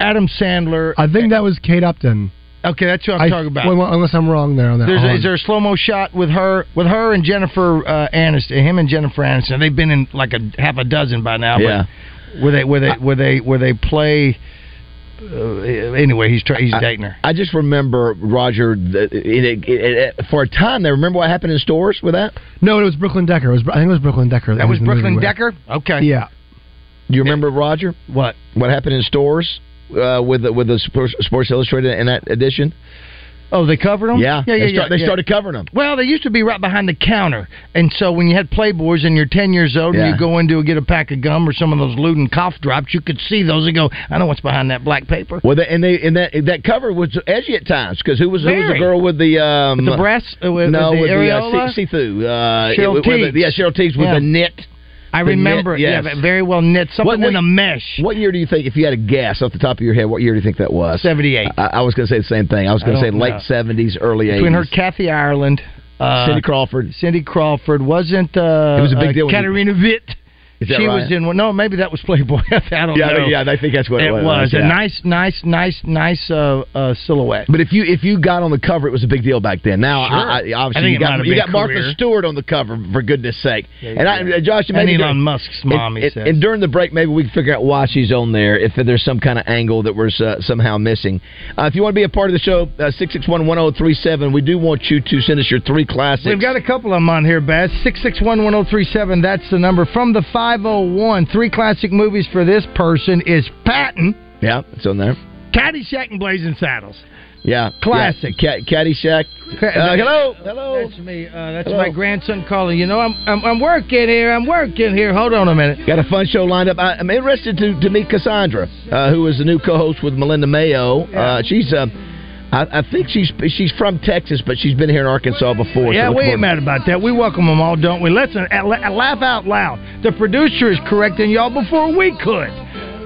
Speaker 7: Adam Sandler.
Speaker 8: I think that was Kate Upton.
Speaker 7: Okay, that's what I'm
Speaker 8: I-
Speaker 7: talking about.
Speaker 8: well, unless I'm wrong there on that.
Speaker 7: There's
Speaker 8: one.
Speaker 7: a, is there a slow mo shot with her with her and Jennifer uh, Aniston? Him and Jennifer Aniston. They've been in like a half a dozen by now.
Speaker 6: Yeah.
Speaker 7: But where they where they where they where they play. Uh, anyway, he's tra- he's dating her.
Speaker 6: I just remember Roger. The, it, it, it, it, for a time, there. Remember what happened in stores with that?
Speaker 8: no, it was Brooklyn Decker. It was I think it was Brooklyn Decker.
Speaker 6: That was
Speaker 8: the movie
Speaker 6: Brooklyn
Speaker 8: with.
Speaker 6: Decker?
Speaker 7: Okay.
Speaker 8: Yeah.
Speaker 6: Mm-hmm. Do you remember Roger?
Speaker 7: What
Speaker 6: what happened in stores uh, with the, with the Sports, Sports Illustrated in that edition?
Speaker 7: Oh, they covered them.
Speaker 6: Yeah,
Speaker 7: yeah, yeah.
Speaker 6: They, start-
Speaker 7: yeah,
Speaker 6: they
Speaker 7: yeah.
Speaker 6: started covering them.
Speaker 7: Well, they used to be right behind the counter, and so when you had Playboys and you're 10 years old, and
Speaker 6: Yeah.
Speaker 7: you go in to get a pack of gum or some of those Luden cough drops, you could see those and go, "I know what's behind that black paper."
Speaker 6: Well, they, and they and that that cover was edgy at times because who was who was the
Speaker 7: Very.
Speaker 6: girl with the um
Speaker 7: With the breasts? Uh, with-
Speaker 6: no
Speaker 7: with the
Speaker 6: with the uh,
Speaker 7: areola?
Speaker 6: see through uh, it-
Speaker 7: Cheryl
Speaker 6: with the-
Speaker 7: Teagues.
Speaker 6: yeah Cheryl Teagues with
Speaker 7: Yeah.
Speaker 6: the knit.
Speaker 7: I
Speaker 6: The
Speaker 7: remember it.
Speaker 6: knit,
Speaker 7: Yeah,
Speaker 6: yes.
Speaker 7: but very well knit. Something
Speaker 6: What- what-
Speaker 7: in a mesh.
Speaker 6: What year do you think, if you had a guess off the top of your head, what year do you think that was?
Speaker 7: 78.
Speaker 6: I, I was going to say the same thing. I was going
Speaker 7: I
Speaker 6: to say
Speaker 7: don't
Speaker 6: late
Speaker 7: know.
Speaker 6: 70s, early 80s.
Speaker 7: Between her, Kathy Ireland, uh,
Speaker 6: Cindy Crawford.
Speaker 7: Cindy Crawford wasn't. Uh,
Speaker 6: It was a big
Speaker 7: Uh,
Speaker 6: deal when you-
Speaker 7: Katarina Witt.
Speaker 6: Is that
Speaker 7: she
Speaker 6: right?
Speaker 7: was in one. No, maybe that was Playboy. (laughs) I don't
Speaker 6: yeah, I
Speaker 7: know.
Speaker 6: think- yeah, I think that's what it,
Speaker 7: it was
Speaker 6: yeah.
Speaker 7: a nice, nice, nice, nice uh, uh, silhouette.
Speaker 6: But if you if you got on the cover, it was a big deal back then. Now,
Speaker 7: Sure.
Speaker 6: Uh, I, I, obviously,
Speaker 7: I think
Speaker 6: you
Speaker 7: it might
Speaker 6: got
Speaker 7: have
Speaker 6: you
Speaker 7: been
Speaker 6: got Martha
Speaker 7: career.
Speaker 6: Stewart on the cover for goodness sake. and I, uh, Josh,
Speaker 7: And
Speaker 6: maybe
Speaker 7: Elon
Speaker 6: during-
Speaker 7: Musk's mom,
Speaker 6: And,
Speaker 7: he
Speaker 6: and-
Speaker 7: says.
Speaker 6: and during the break, maybe we can figure out why she's on there. If there's some kind of angle that we're uh, somehow missing. Uh, if you want to be a part of the show, uh, six six one one zero three seven. We do want you to send us your three classics.
Speaker 7: We've got a couple of them on here, Bass. 6611037, that's the number. From the 501, three classic movies for this person is Patton,
Speaker 6: yeah, it's on there.
Speaker 7: Caddyshack, and Blazing Saddles.
Speaker 6: Yeah,
Speaker 7: Classic.
Speaker 6: Yeah. Cat, Caddyshack. Uh, hello.
Speaker 7: Hello. That's me. Uh, that's
Speaker 6: Hello.
Speaker 7: my grandson calling. You know, I'm, I'm I'm working here. I'm working here. Hold on a minute.
Speaker 6: Got a fun show lined up. I, I'm interested to, to meet Cassandra, uh, who is the new co-host with Melinda Mayo. Uh, she's, uh, I, I think she's she's from Texas, but she's been here in Arkansas before. so
Speaker 7: Yeah,
Speaker 6: look
Speaker 7: we
Speaker 6: forward-
Speaker 7: ain't mad about that. We welcome them all, don't we? Listen, at, la- laugh out loud. The producer is correcting y'all before we could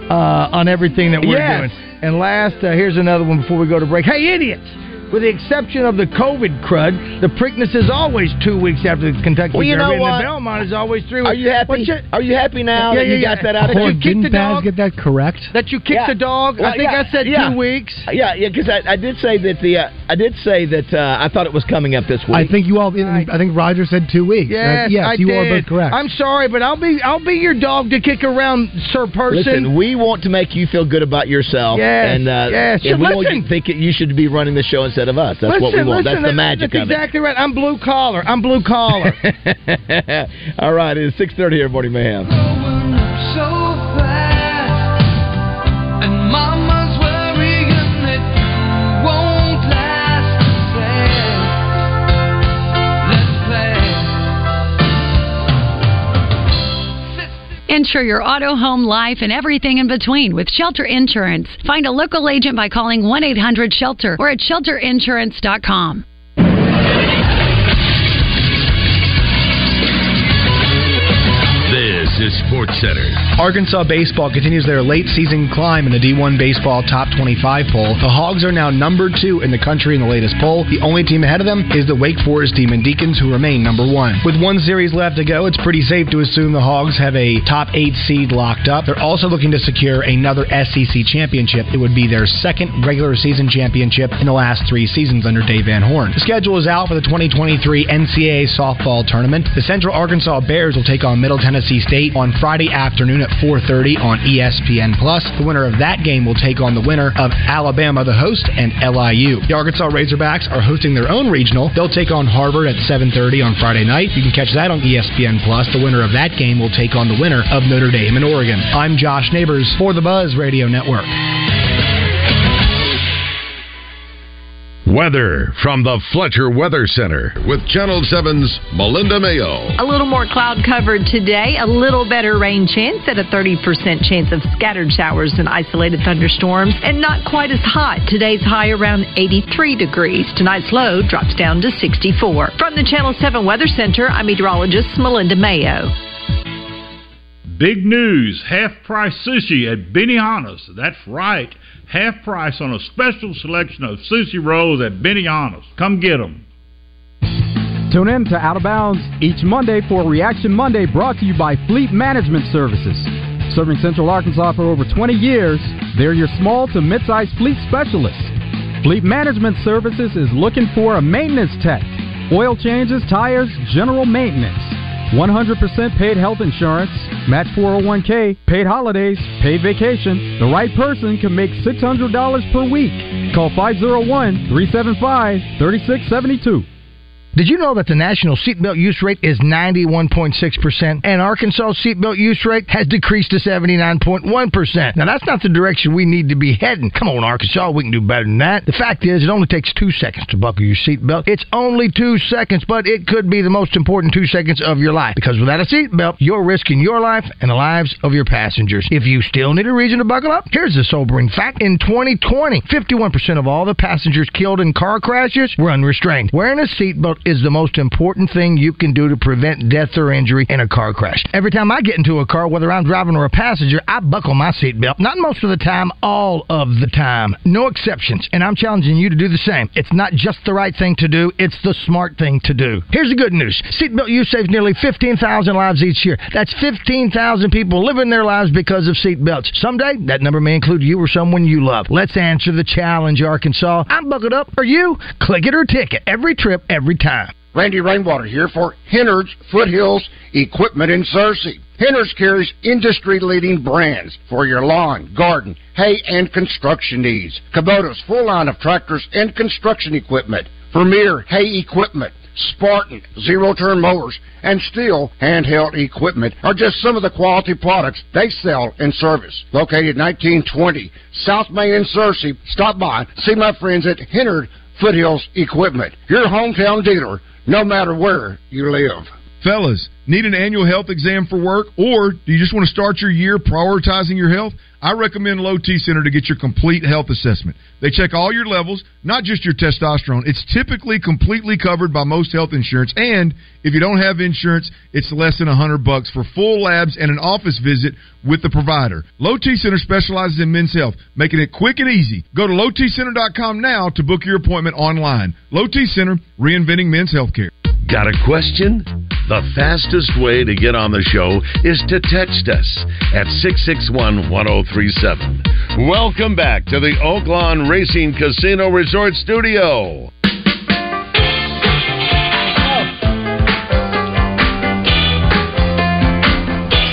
Speaker 7: uh, on everything that we're
Speaker 9: Yes.
Speaker 7: doing. And last, uh, here's another one before we go to break. Hey, idiots! With the exception of the COVID crud, the Preakness is always two weeks after the Kentucky
Speaker 6: Well, you
Speaker 7: Derby, and
Speaker 6: know what?
Speaker 7: the Belmont is always three weeks.
Speaker 6: Are you happy?
Speaker 7: What
Speaker 6: Are you happy now
Speaker 7: Yeah,
Speaker 6: that
Speaker 7: yeah,
Speaker 6: you
Speaker 7: yeah.
Speaker 6: got that out? of
Speaker 7: That
Speaker 6: you?
Speaker 7: you
Speaker 8: Didn't
Speaker 7: kicked the
Speaker 8: Baz
Speaker 7: dog?
Speaker 8: get that correct?
Speaker 7: That you kicked
Speaker 6: Yeah.
Speaker 7: the dog.
Speaker 6: Well,
Speaker 7: I think
Speaker 6: yeah,
Speaker 7: I said
Speaker 6: yeah.
Speaker 7: two weeks.
Speaker 6: Yeah, yeah, because I, I did say that the uh, I did say that uh, I thought it was coming up this week.
Speaker 8: I think you all. I think Roger said two weeks.
Speaker 7: Yes,
Speaker 8: Uh, yes,
Speaker 7: I
Speaker 8: you
Speaker 7: did.
Speaker 8: all are both correct.
Speaker 7: I'm sorry, but I'll be I'll be your dog to kick around, Sir Person.
Speaker 6: Listen, we want to make you feel good about yourself,
Speaker 7: Yes,
Speaker 6: and uh,
Speaker 7: yes.
Speaker 6: and we want you
Speaker 7: Listen.
Speaker 6: to think that you should be running the show instead of us. That's what we
Speaker 7: Listen,
Speaker 6: want.
Speaker 7: listen,
Speaker 6: that's the
Speaker 7: that-
Speaker 6: magic
Speaker 7: that's
Speaker 6: of it.
Speaker 7: exactly right. I'm blue collar. I'm blue collar.
Speaker 6: (laughs) All right, it's six thirty here, at morning mayhem.
Speaker 1: So fast, and Mama's worrying that you won't last. I said, let's
Speaker 10: Insure your auto, home, life, and everything in between with Shelter Insurance. Find a local agent by calling 1 800 SHELTER or at shelterinsurance.com.
Speaker 11: This is Sports Center.
Speaker 9: Arkansas baseball continues their late season climb in the D1 Baseball Top 25 poll. The Hogs are now number two in the country in the latest poll. The only team ahead of them is the Wake Forest team and Deacons, who remain number one. With one series left to go, it's pretty safe to assume the Hogs have a top eight seed locked up. They're also looking to secure another SEC championship. It would be their second regular season championship in the last three seasons under Dave Van Horn. The schedule is out for the 2023 NCAA softball tournament. The Central Arkansas Bears will take on Middle Tennessee State. State on Friday afternoon at 4:30 on E ESPN Plus. The winner of that game will take on the winner of Alabama, the host, and LIU. The Arkansas Razorbacks are hosting their own regional. They'll take on Harvard at 7:30 on Friday night. You can catch that on E ESPN Plus. The winner of that game will take on the winner of Notre Dame and Oregon. I'm Josh Neighbors for the Buzz Radio Network.
Speaker 4: Weather from the Fletcher Weather Center with Channel 7's Melinda Mayo.
Speaker 11: A little more cloud covered today, a little better rain chance at a 30% chance of scattered showers and isolated thunderstorms, and not quite as hot. Today's high around 83 degrees. Tonight's low drops down to 64. From the Channel 7 Weather Center, I'm meteorologist Melinda Mayo.
Speaker 12: Big news half price sushi at Benihana's. That's right, half price on a special selection of sushi rolls at Benihana's. Come get 'em.
Speaker 13: Tune in to Out of Bounds each Monday for Reaction Monday brought to you by Fleet Management Services. Serving Central Arkansas for over 20 years, they're your small to mid-sized fleet specialists. Fleet Management Services is looking for a maintenance tech, oil changes, tires, general maintenance. 100% paid health insurance, match 401k, paid holidays, paid vacation. The right person can make $600 per week. Call 501 375 3672.
Speaker 7: Did you know that the national seatbelt use rate is 91.6% and Arkansas seatbelt use rate has decreased to 79.1%? Now, that's not the direction we need to be heading. Come on, Arkansas, we can do better than that. The fact is, it only takes two seconds to buckle your seatbelt. It's only two seconds, but it could be the most important two seconds of your life because without a seatbelt, you're risking your life and the lives of your passengers. If you still need a reason to buckle up, here's a sobering fact. In 2020, 51% of all the passengers killed in car crashes were unrestrained. Wearing a seatbelt is the most important thing you can do to prevent death or injury in a car crash. Every time I get into a car, whether I'm driving or a passenger, I buckle my seatbelt. Not most of the time, all of the time. No exceptions. And I'm challenging you to do the same. It's not just the right thing to do, it's the smart thing to do. Here's the good news seatbelt use saves nearly 15,000 lives each year. That's 15,000 people living their lives because of seatbelts. Someday, that number may include you or someone you love. Let's answer the challenge, Arkansas. I'm buckled up. Are you? Click it or ticket. Every trip, every time.
Speaker 14: Randy Rainwater here for Hennard's Foothills Equipment in Searcy. Hennard's carries industry leading brands for your lawn, garden, hay, and construction needs. Kubota's full line of tractors and construction equipment, Vermeer hay equipment, Spartan zero turn mowers, and Steel handheld equipment are just some of the quality products they sell and service. Located 1920 South Main in Searcy, stop by, see my friends at Hennard Foothills Equipment, your hometown dealer, no matter where you live.
Speaker 15: Fellas, need an annual health exam for work, or do you just want to start your year prioritizing your health? I recommend Low T Center to get your complete health assessment. They check all your levels, not just your testosterone. It's typically completely covered by most health insurance, and if you don't have insurance, it's less than 100 bucks for full labs and an office visit with the provider. Low T Center specializes in men's health, making it quick and easy. Go to lowtcenter.com now to book your appointment online. Low T Center, reinventing men's healthcare.
Speaker 16: Got a question? The fastest way to get on the show is to text us at 661 1037. Welcome back to the Oaklawn Racing Casino Resort Studio.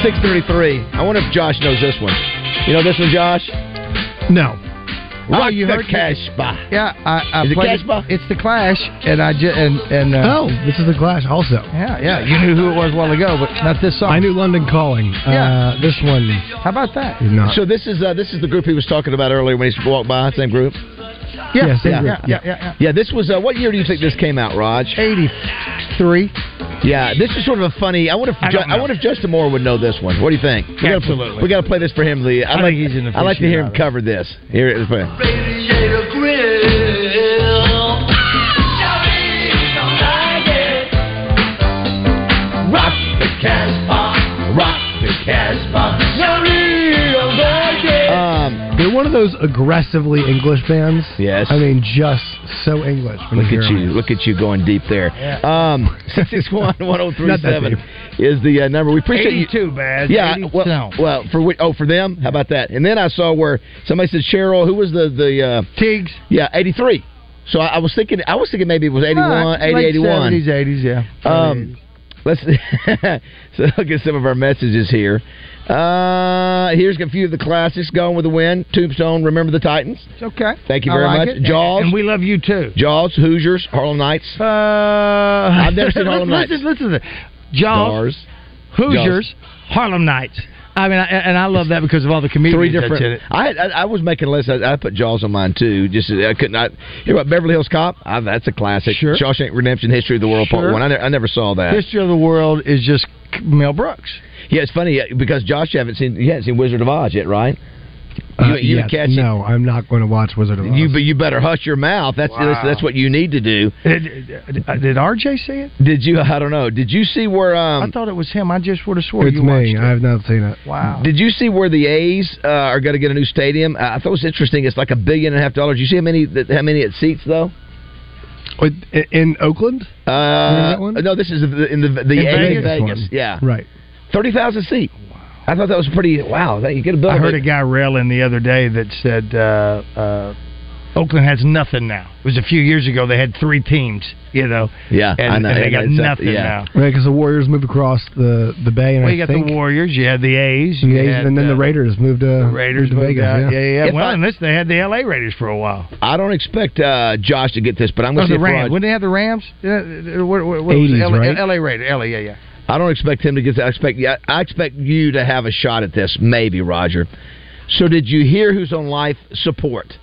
Speaker 6: Six thirty-three. I wonder if Josh knows this one. You know this one, Josh?
Speaker 8: No.
Speaker 6: Rock you the cash bar.
Speaker 7: Yeah, I, I
Speaker 6: Is it
Speaker 7: played-
Speaker 6: Cash Bar?
Speaker 7: It's the Clash, and I just and and uh,
Speaker 8: oh, this is the Clash also.
Speaker 7: Yeah, yeah. You knew who it was a while ago, but not this song.
Speaker 8: I knew London Calling.
Speaker 7: Yeah.
Speaker 8: Uh, this one.
Speaker 7: How about that?
Speaker 8: Is not.
Speaker 6: So this is uh, this is the group he was talking about earlier when he walked by. Same group.
Speaker 8: Yeah, same
Speaker 6: yeah,
Speaker 8: group,
Speaker 6: yeah,
Speaker 8: yeah.
Speaker 6: yeah, yeah. Yeah, this was uh, what year do you think this came out, Raj? Eighty-three. Yeah, this is sort of a funny. I wonder if
Speaker 7: I
Speaker 6: I,
Speaker 7: don't know.
Speaker 6: I wonder if Justin Moore would know this one. What do you think? We gotta-
Speaker 7: Absolutely.
Speaker 6: we got to play this for him. The
Speaker 7: I
Speaker 6: I, like,
Speaker 7: think he's an
Speaker 6: I like to hear him
Speaker 7: aficionado.
Speaker 6: cover this. Here it is. play.
Speaker 1: Rock the Casbah, rock the Casbah. Um,
Speaker 8: They're one of those aggressively English bands.
Speaker 6: Yes.
Speaker 8: I mean, just so English. when
Speaker 6: Look
Speaker 8: hear
Speaker 6: at
Speaker 8: 'em.
Speaker 6: you! Look at you going deep there. Um, six six one one zero three
Speaker 8: Not that
Speaker 6: seven is the uh, number. We appreciate you.
Speaker 7: 82, Baz.
Speaker 6: Yeah.
Speaker 7: 82.
Speaker 6: Well, well, for which, oh, for them. How about that? And then I saw where somebody said Cheryl. Who was the the uh,
Speaker 7: Tiggs?
Speaker 6: Yeah, eighty three. So I, I was thinking. I was thinking maybe it was 81,
Speaker 7: Late
Speaker 6: 80, 81.
Speaker 7: 70s, 80s, yeah.
Speaker 6: Um, Let's (laughs) so look at some of our messages here. Uh, here's a few of the classics. Going with the Wind, Tombstone, Remember the Titans.
Speaker 7: It's okay.
Speaker 6: Thank you
Speaker 7: I
Speaker 6: very
Speaker 7: like
Speaker 6: much.
Speaker 7: it.
Speaker 6: Jaws.
Speaker 7: And we love you too.
Speaker 6: Jaws, Hoosiers, Harlem Nights.
Speaker 7: Uh, I've (laughs)
Speaker 6: never seen Harlem Nights.
Speaker 7: Listen, listen to this. Jaws,
Speaker 6: Stars.
Speaker 7: Hoosiers, Harlem Nights. I mean, I, and I love that because of all the comedians
Speaker 6: Three
Speaker 7: that's in it.
Speaker 6: different. I, I I was making lists. I, I put Jaws on mine too. Just I couldn't. I, you know what? Beverly Hills Cop. I, that's a classic.
Speaker 7: Sure.
Speaker 6: Shawshank Redemption, History of the World
Speaker 7: Sure.
Speaker 6: Part One. I, ne- I never saw that.
Speaker 7: History of the World is just Mel Brooks.
Speaker 6: Yeah, it's funny uh, because Josh you haven't seen you haven't seen Wizard of Oz yet, right?
Speaker 8: Uh,
Speaker 6: You- you
Speaker 8: yes,
Speaker 6: catch it.
Speaker 8: no, I'm not going to watch Wizard of Oz.
Speaker 6: You but you better hush your mouth. That's
Speaker 8: Wow.
Speaker 6: that's, that's what you need to do.
Speaker 7: Did, did RJ see it?
Speaker 6: Did you? I don't know. Did you see where? Um,
Speaker 7: I thought it was him. I just would have swore
Speaker 8: it's
Speaker 7: you watched
Speaker 8: me. I have not seen it.
Speaker 7: Wow.
Speaker 6: Did you see where the A's uh, are going to get a new stadium? Uh, I thought it was interesting. It's like a billion and a half dollars. You see how many that- how many it seats though?
Speaker 8: In, in Oakland?
Speaker 6: Uh,
Speaker 8: that one?
Speaker 6: no, this is the- in the the
Speaker 8: In
Speaker 6: A's
Speaker 8: Vegas
Speaker 6: in Vegas.
Speaker 8: one.
Speaker 6: Yeah,
Speaker 8: Right.
Speaker 6: thirty thousand seat. I thought that was pretty. Wow, that you get a bill.
Speaker 7: I heard a guy railing the other day that said uh, uh, Oakland has nothing now. It was a few years ago. They had three teams, you know.
Speaker 6: Yeah,
Speaker 7: and,
Speaker 6: I know.
Speaker 7: and they
Speaker 6: Yeah,
Speaker 7: got
Speaker 6: it's a-
Speaker 7: nothing
Speaker 6: yeah.
Speaker 7: now.
Speaker 8: Right, because the Warriors moved across the, the bay, and
Speaker 7: Well,
Speaker 8: I
Speaker 7: you got
Speaker 8: think
Speaker 7: the Warriors. You had the A's.
Speaker 8: the
Speaker 7: you
Speaker 8: A's,
Speaker 7: had,
Speaker 8: and then
Speaker 7: uh,
Speaker 8: the Raiders moved to, moved
Speaker 7: Raiders.
Speaker 8: to
Speaker 7: moved
Speaker 8: Vegas. yeah.
Speaker 7: out. yeah, yeah.
Speaker 6: If
Speaker 7: Well,
Speaker 6: I-
Speaker 7: and this they had the L.A. Raiders for a while.
Speaker 6: I don't expect uh, Josh to get this, but I'm
Speaker 7: Or
Speaker 6: going to
Speaker 7: the
Speaker 6: see if
Speaker 7: Rams.
Speaker 6: Rod-
Speaker 7: Wouldn't they have the Rams? Yeah, uh, what, what, what
Speaker 6: 80s,
Speaker 7: was it? LA,
Speaker 6: right?
Speaker 7: L.A. Raiders. L.A. Yeah, yeah.
Speaker 6: I don't expect him to get. I expect. yeah, I expect you to have a shot at this, maybe, Roger. So, did you hear who's on life support?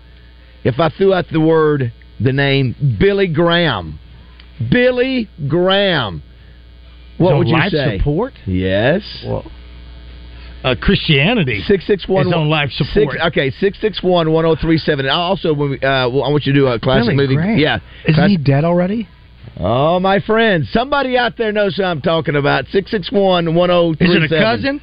Speaker 6: If I threw out the word, the name Billy Graham, Billy Graham, what
Speaker 7: Is on
Speaker 6: would you
Speaker 7: life
Speaker 6: say?
Speaker 7: support?
Speaker 6: Yes.
Speaker 7: Uh, Christianity.
Speaker 6: Six six one
Speaker 7: is on life support.
Speaker 6: Six, okay, six six one one zero three seven. I also, when we, uh, well, I want you to do a classic
Speaker 8: Billy
Speaker 6: movie.
Speaker 8: Graham.
Speaker 6: Yeah,
Speaker 8: Isn't
Speaker 6: Class-
Speaker 8: he dead already?
Speaker 6: Oh, my friend. Somebody out there knows who I'm talking about. 661 1037.
Speaker 7: Is it a cousin?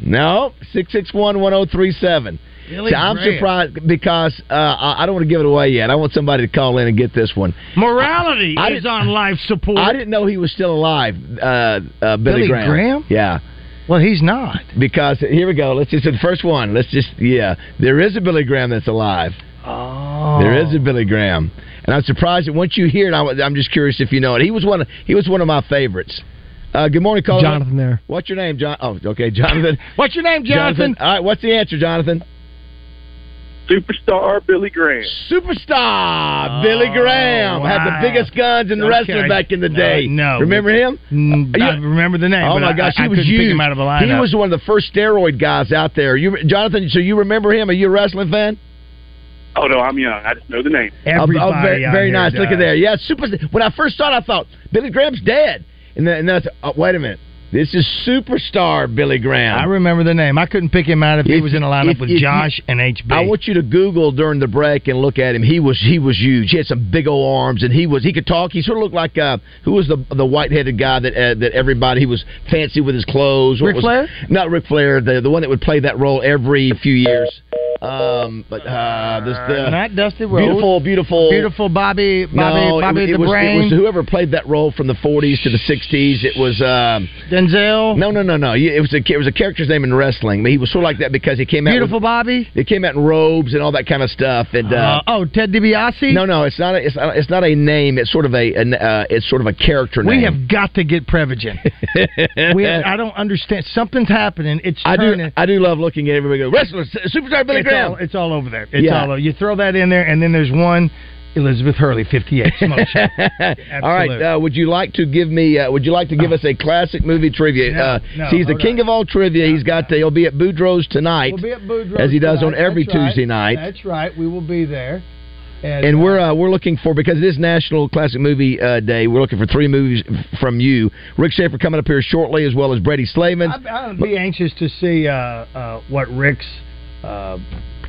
Speaker 6: No. 661 1037.
Speaker 7: Billy
Speaker 6: See, I'm
Speaker 7: Graham.
Speaker 6: surprised because uh, I I don't want to give it away yet. I want somebody to call in and get this one.
Speaker 7: Morality
Speaker 6: I- I
Speaker 7: is
Speaker 6: didn't-
Speaker 7: on life support.
Speaker 6: I didn't know he was still alive, uh, uh, Billy,
Speaker 7: Billy
Speaker 6: Graham.
Speaker 7: Graham?
Speaker 6: Yeah.
Speaker 7: Well, he's not.
Speaker 6: Because uh, here we go. Let's just the first one. Let's just yeah. There is a Billy Graham that's alive.
Speaker 7: Oh.
Speaker 6: There is (laughs) a Billy Graham, and I'm surprised that once you hear it, I, am just curious if you know it. He was one. Of, he was one of my favorites. Uh, good morning, caller.
Speaker 8: Jonathan there.
Speaker 6: What's your name, John? Oh, okay, Jonathan.
Speaker 7: what's your name, (laughs) Jonathan?
Speaker 6: All right, what's the answer, Jonathan?
Speaker 17: Superstar Billy Graham.
Speaker 6: Superstar Billy Graham had the
Speaker 7: Oh, wow.
Speaker 6: biggest guns in
Speaker 7: Okay.
Speaker 6: wrestling back in the
Speaker 7: No,
Speaker 6: day.
Speaker 7: no.
Speaker 6: remember him?
Speaker 7: Mm,
Speaker 6: You-
Speaker 7: I remember the name.
Speaker 6: oh
Speaker 7: but
Speaker 6: my
Speaker 7: I-
Speaker 6: gosh,
Speaker 7: I,
Speaker 6: he
Speaker 7: I
Speaker 6: was
Speaker 7: couldn't
Speaker 6: huge.
Speaker 7: Pick him out of a lineup.
Speaker 6: he was one of the first steroid guys out there. You, Jonathan. So you remember him? Are you a wrestling fan?
Speaker 17: Oh no, I'm young. I just know the name.
Speaker 6: Oh, oh, very, very nice. Look at there. Yeah, super. When I first saw it, I thought Billy Graham's dead, and then, and then I said, oh, wait a minute, this is superstar Billy Graham.
Speaker 7: I remember the name. I couldn't pick him out if he
Speaker 6: If-
Speaker 7: was in a lineup
Speaker 6: if-
Speaker 7: with
Speaker 6: if you-
Speaker 7: Josh and HB.
Speaker 6: I want you to Google during the break and look at him. He was he was huge. He had some big old arms, and he was he could talk. He sort of looked like uh, who was the the white headed guy that uh, that everybody he was fancy with his clothes. What
Speaker 7: Ric
Speaker 6: was-
Speaker 7: Flair?
Speaker 6: Not Ric Flair. The the one that would play that role every few years. Um, but uh, this the
Speaker 7: Not Dusty Rhodes.
Speaker 6: beautiful, beautiful,
Speaker 7: Beautiful Bobby, Bobby,
Speaker 6: no, it
Speaker 7: Bobby
Speaker 6: was- it,
Speaker 7: the
Speaker 6: was,
Speaker 7: Brain.
Speaker 6: it was whoever played that role from the 40s to the 60s. It was um,
Speaker 7: Denzel.
Speaker 6: No, no, no, no. It was a it was a character's name in wrestling. I mean, he was sort of like that because he came out.
Speaker 7: Beautiful Bobby.
Speaker 6: They came out in robes and all that kind of stuff. And uh,
Speaker 7: Uh, oh, Ted DiBiase.
Speaker 6: no, no, it's not. A, it's not. It's not a name. It's sort of a. An, uh, it's sort of a character
Speaker 7: we
Speaker 6: name.
Speaker 7: have got to get
Speaker 6: (laughs)
Speaker 7: Prevagen. we have, I don't understand. Something's happening. It's
Speaker 6: I do.
Speaker 7: turning.
Speaker 6: I do love looking at everybody go wrestler, superstar Billy
Speaker 7: it's
Speaker 6: Graham.
Speaker 7: All, it's all over there. It's
Speaker 6: Yeah.
Speaker 7: all over. You throw that in there, and then there's one Elizabeth Hurley, 58. Smoke show.
Speaker 6: (laughs) All right. Uh, would you like to give me? Uh, would you like to give us a classic movie trivia?
Speaker 7: No,
Speaker 6: uh,
Speaker 7: no,
Speaker 6: he's the
Speaker 7: hold
Speaker 6: king of all trivia. He's got. The, he'll be at Boudreaux's tonight,
Speaker 7: We'll be at Boudreaux's
Speaker 6: as he does on
Speaker 7: tonight.
Speaker 6: every
Speaker 7: That's right.
Speaker 6: Tuesday night.
Speaker 7: That's right. We will be there.
Speaker 6: and we're uh, we're looking for because it is National Classic Movie uh, Day. We're looking for three movies from you. Rick Schaefer coming up here shortly, as well as Brady Slavin.
Speaker 7: I, I'll be anxious to see uh, uh, what Rick's uh,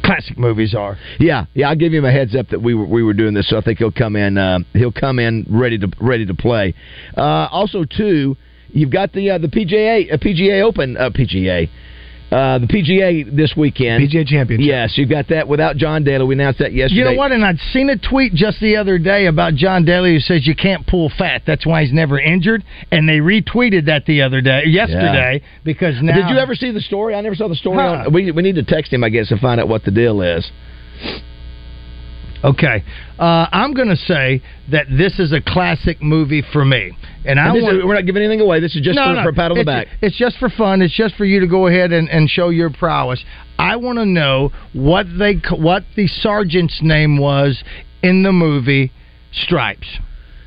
Speaker 7: classic movies are.
Speaker 6: Yeah, yeah. I'll give him a heads up that we were we were doing this, so I think he'll come in. Uh, he'll come in ready to ready to play. Uh, also, too, you've got the uh, the PGA uh, PGA Open uh, PGA. Uh, the PGA this weekend. PGA
Speaker 8: Championship.
Speaker 6: Yes, you've got that without John Daly. We announced that yesterday.
Speaker 7: You know what? And I'd seen a tweet just the other day about John Daly who says you can't pull fat. That's why he's never injured. And they retweeted that the other day, yesterday, because now.
Speaker 6: Did you ever see the story? I never saw the story.
Speaker 7: Huh.
Speaker 6: on- we we need to text him, I guess, and find out what the deal is.
Speaker 7: Okay, uh, I'm going to say that this is a classic movie for me, and I
Speaker 6: And this
Speaker 7: want.
Speaker 6: is- we're not giving anything away. This is just for, for a pat on the
Speaker 7: It's-
Speaker 6: back.
Speaker 7: It's just for fun. It's just for you to go ahead and, and show your prowess. I want to know what they c- what the sergeant's name was in the movie Stripes.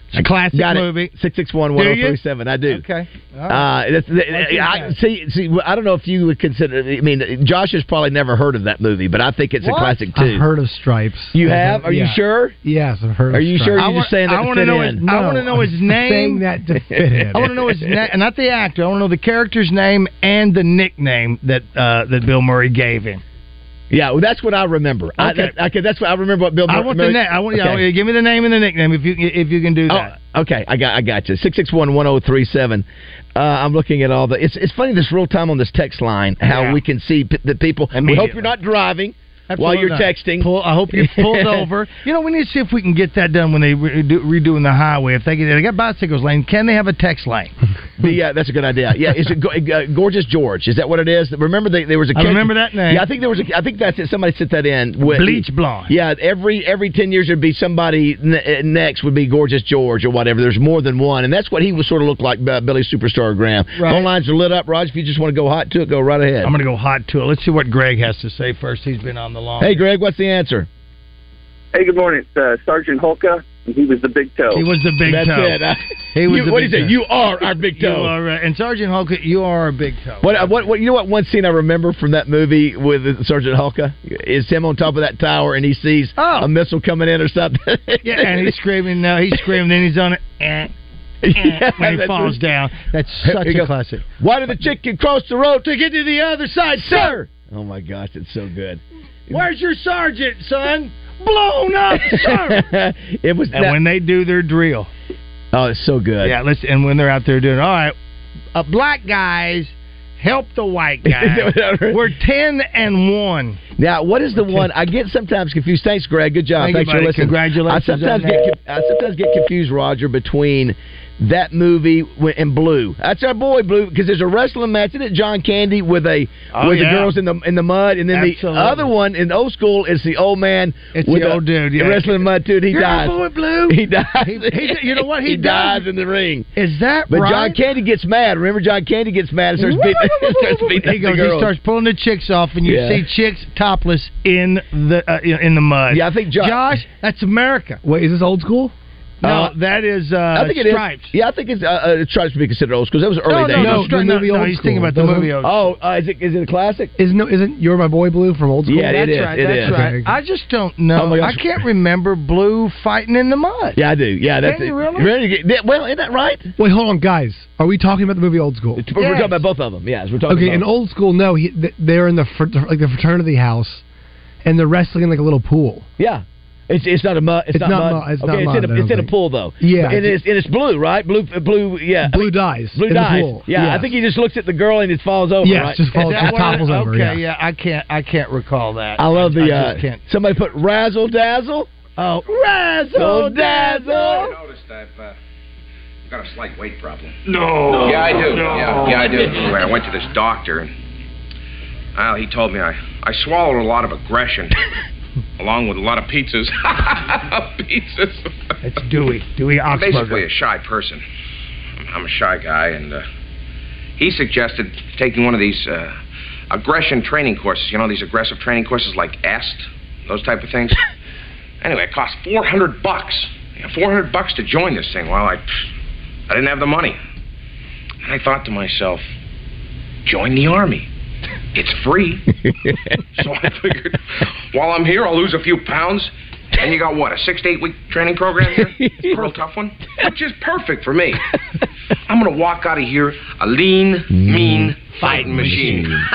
Speaker 7: It's a classic
Speaker 6: Got it.
Speaker 7: movie.
Speaker 6: Six six one one zero three seven. I do.
Speaker 7: Okay. All
Speaker 6: Uh,
Speaker 7: right.
Speaker 6: that's,
Speaker 7: What you
Speaker 6: I,
Speaker 7: got?
Speaker 6: see, see, I don't know if you would consider. I mean, Josh has probably never heard of that movie, but I think it's a
Speaker 8: What?
Speaker 6: classic too.
Speaker 8: I've heard of Stripes.
Speaker 6: You
Speaker 8: I've
Speaker 6: have?
Speaker 8: heard-
Speaker 6: Are you
Speaker 8: yeah.
Speaker 6: sure?
Speaker 8: Yes, I've heard.
Speaker 6: Are
Speaker 8: of
Speaker 6: you
Speaker 8: Stripes.
Speaker 6: sure you're just saying that
Speaker 7: I
Speaker 6: to
Speaker 7: wanna
Speaker 6: fit
Speaker 7: know
Speaker 6: in?
Speaker 7: his- I wanna know his name.
Speaker 8: Saying that to fit in.
Speaker 7: (laughs) I want to know his
Speaker 6: (laughs)
Speaker 7: name, not the actor. I want to know the character's name and the nickname that uh, that Bill Murray gave him.
Speaker 6: Yeah, well, that's what I remember. I,
Speaker 7: Okay.
Speaker 6: that, okay, that's what I remember. What Bill.
Speaker 7: I
Speaker 6: Mur-
Speaker 7: want the
Speaker 6: Murray-
Speaker 7: name. I want.
Speaker 6: Okay.
Speaker 7: Yeah, give me the name and the nickname if you if you can do that.
Speaker 6: Oh, okay, I got I got you. Six six one one zero three seven. Uh, I'm looking at all the. It's it's funny this real time on this text line how we can see p- the people. We hope you're not driving while
Speaker 7: Absolutely
Speaker 6: you're
Speaker 7: not.
Speaker 6: texting.
Speaker 7: Pull, I hope you
Speaker 6: (laughs)
Speaker 7: pulled over. You know, we need to see if we can get that done when they re- do, redoing the highway. If they get, they got bicycles lane, can they have a text lane?
Speaker 6: yeah, uh, that's a good idea. Yeah, is it go, uh, gorgeous George? Is that what it is? Remember they, there was a.
Speaker 7: I
Speaker 6: kid-
Speaker 7: remember that name.
Speaker 6: Yeah, I think there was. A, I think that's it. Somebody sent that in. With,
Speaker 7: Bleach blonde.
Speaker 6: Yeah, every every ten years there'd be somebody n- uh, next would be gorgeous George or whatever. There's more than one, and that's what he was sort of looked like uh, Billy Superstar Graham.
Speaker 7: Right.
Speaker 6: Phone lines are lit up, Raj. If you just want to go hot to it, go right ahead.
Speaker 7: I'm going to go hot to it. Let's see what Greg has to say first. He's been on the line.
Speaker 6: Hey, Greg, what's the answer?
Speaker 18: Hey, good morning. It's uh, Sergeant Holka, and he was the big toe.
Speaker 7: He was the big
Speaker 18: That's
Speaker 7: toe.
Speaker 18: it.
Speaker 7: He was
Speaker 6: You-
Speaker 7: the
Speaker 6: what
Speaker 7: big
Speaker 6: do you say?
Speaker 7: toe.
Speaker 6: You are our big toe.
Speaker 7: (laughs) You are, uh, and Sergeant Hulk, you are a big toe.
Speaker 6: What, uh, what, what, you know what one scene I remember from that movie with uh, Sergeant Hulka is him on top of that tower and he sees a missile coming in or something.
Speaker 7: Oh. (laughs) Yeah, and he's screaming. Now he's screaming.
Speaker 6: (laughs)
Speaker 7: Then he's on it. Eh, eh,
Speaker 6: Yeah,
Speaker 7: when he
Speaker 6: that's
Speaker 7: falls
Speaker 6: it.
Speaker 7: down, that's such
Speaker 6: Here he
Speaker 7: a
Speaker 6: goes.
Speaker 7: classic.
Speaker 6: Why did the chicken cross the road to get to the other side, sir?
Speaker 7: Oh my gosh, it's so good.
Speaker 6: Where's your sergeant, son?
Speaker 7: Blown up, sir. (laughs)
Speaker 6: it was
Speaker 7: And
Speaker 6: that-
Speaker 7: when they do their drill,
Speaker 6: oh, it's so good.
Speaker 7: yeah. Let's and when they're out there doing all right, uh, black guys help the (laughs)
Speaker 6: (laughs)
Speaker 7: white guys. We're ten and one.
Speaker 6: Now, what is the one I get sometimes confused? Thanks, Greg. Good job.
Speaker 7: Thank you,
Speaker 6: Thanks for
Speaker 7: buddy.
Speaker 6: listening.
Speaker 7: Congratulations
Speaker 6: I sometimes
Speaker 7: on
Speaker 6: get
Speaker 7: that.
Speaker 6: con- I sometimes get confused, Roger, between that movie wi- and Blue. That's our boy Blue because there's a wrestling match in it, John Candy with a
Speaker 7: Oh,
Speaker 6: with
Speaker 7: yeah.
Speaker 6: the girls in the in the mud, and then
Speaker 7: Absolutely.
Speaker 6: the other one in old school is the old man
Speaker 7: It's
Speaker 6: with
Speaker 7: the
Speaker 6: a-
Speaker 7: old dude, yeah.
Speaker 6: wrestling mud dude. He
Speaker 7: You're
Speaker 6: dies.
Speaker 7: our boy Blue.
Speaker 6: He dies.
Speaker 7: He- he- you know what? He
Speaker 6: (laughs) He
Speaker 7: does.
Speaker 6: dies in the ring.
Speaker 7: Is that
Speaker 6: But
Speaker 7: right?
Speaker 6: John Candy gets mad. Remember, John Candy gets mad and starts, (laughs) beat, starts beating
Speaker 7: he goes.
Speaker 6: up the
Speaker 7: He
Speaker 6: girls.
Speaker 7: starts pulling the chicks off, and you
Speaker 6: Yeah.
Speaker 7: see chicks topless in the uh, in the mud. Yeah, I think Josh. that's America.
Speaker 8: Wait, is this old school?
Speaker 7: No,
Speaker 6: Uh,
Speaker 7: that is uh,
Speaker 6: I think it is.
Speaker 7: Stripes.
Speaker 6: Yeah, I think it's uh, uh, Stripes would be considered old school. That was early
Speaker 7: No, no,
Speaker 6: days.
Speaker 7: no, Stri- no, no, he's thinking about the movie Old
Speaker 6: Oh, uh, is it is it a classic?
Speaker 8: Is no? Isn't you're my boy blue from old school?
Speaker 6: Yeah, it
Speaker 7: that's
Speaker 6: is,
Speaker 7: right.
Speaker 6: it
Speaker 7: that's
Speaker 6: is.
Speaker 7: right.
Speaker 6: Okay.
Speaker 7: I just don't know.
Speaker 6: Oh my
Speaker 7: I
Speaker 6: gosh.
Speaker 7: can't remember Blue fighting in the mud.
Speaker 6: Yeah, I do. Yeah, that's
Speaker 7: Can
Speaker 6: it.
Speaker 7: you really?
Speaker 6: get- yeah, well, isn't that right?
Speaker 8: Wait, hold on, guys. Are we talking about the movie Old School?
Speaker 6: We're talking about both of them. Yes, we're talking
Speaker 8: Okay,
Speaker 6: about
Speaker 8: in old school, no, he, th- they're in the fr- like the fraternity house, and they're wrestling in like a little pool.
Speaker 6: Yeah. It's, it's not a mud. It's,
Speaker 8: It's
Speaker 6: not,
Speaker 8: not
Speaker 6: mud.
Speaker 8: mud, it's
Speaker 6: okay,
Speaker 8: not
Speaker 6: it's
Speaker 8: mud,
Speaker 6: in
Speaker 8: I
Speaker 6: a, it's
Speaker 8: don't
Speaker 6: in a
Speaker 8: think.
Speaker 6: pool though.
Speaker 8: Yeah.
Speaker 6: and it's and it's blue, right? Blue, uh, blue, yeah.
Speaker 8: Blue dies.
Speaker 6: Blue
Speaker 8: in the
Speaker 6: dies.
Speaker 8: pool.
Speaker 6: Yeah, I
Speaker 8: Yes.
Speaker 6: think he just looks at the girl and it falls over.
Speaker 8: Yes,
Speaker 6: right?
Speaker 8: just falls-
Speaker 6: Is that
Speaker 8: just
Speaker 6: what it-
Speaker 8: topples over,
Speaker 6: Okay,
Speaker 8: yeah.
Speaker 7: Yeah, I can't. I can't recall that.
Speaker 6: I love the.
Speaker 7: I just
Speaker 6: uh,
Speaker 7: can't.
Speaker 6: Somebody put razzle dazzle.
Speaker 7: Oh,
Speaker 6: razzle dazzle.
Speaker 19: noticed I've uh, got a slight weight problem.
Speaker 1: No.
Speaker 19: Yeah, I do.
Speaker 1: No.
Speaker 19: Yeah, yeah, I do. Anyway, I went to this doctor, and well, he told me I, I swallowed a lot of aggression, along with a lot of pizzas. (laughs) pizzas.
Speaker 7: It's Dewey. Dewey
Speaker 19: I'm basically
Speaker 7: Oxburger.
Speaker 19: a shy person. I'm a shy guy, and uh, he suggested taking one of these uh, aggression training courses. You know, these aggressive training courses like AST, those type
Speaker 7: (laughs)
Speaker 19: of things. anyway, it cost 400 bucks. Yeah, 400 bucks to join this thing. Well, I, I didn't have the money. And I thought to myself, join the army. It's free. (laughs) so I figured, while I'm here, I'll lose a few pounds. And you got what, a six to eight week training program here? (laughs) It's a real tough one, which is perfect for me. I'm going to walk out of here a lean, mean fighting machine. (laughs)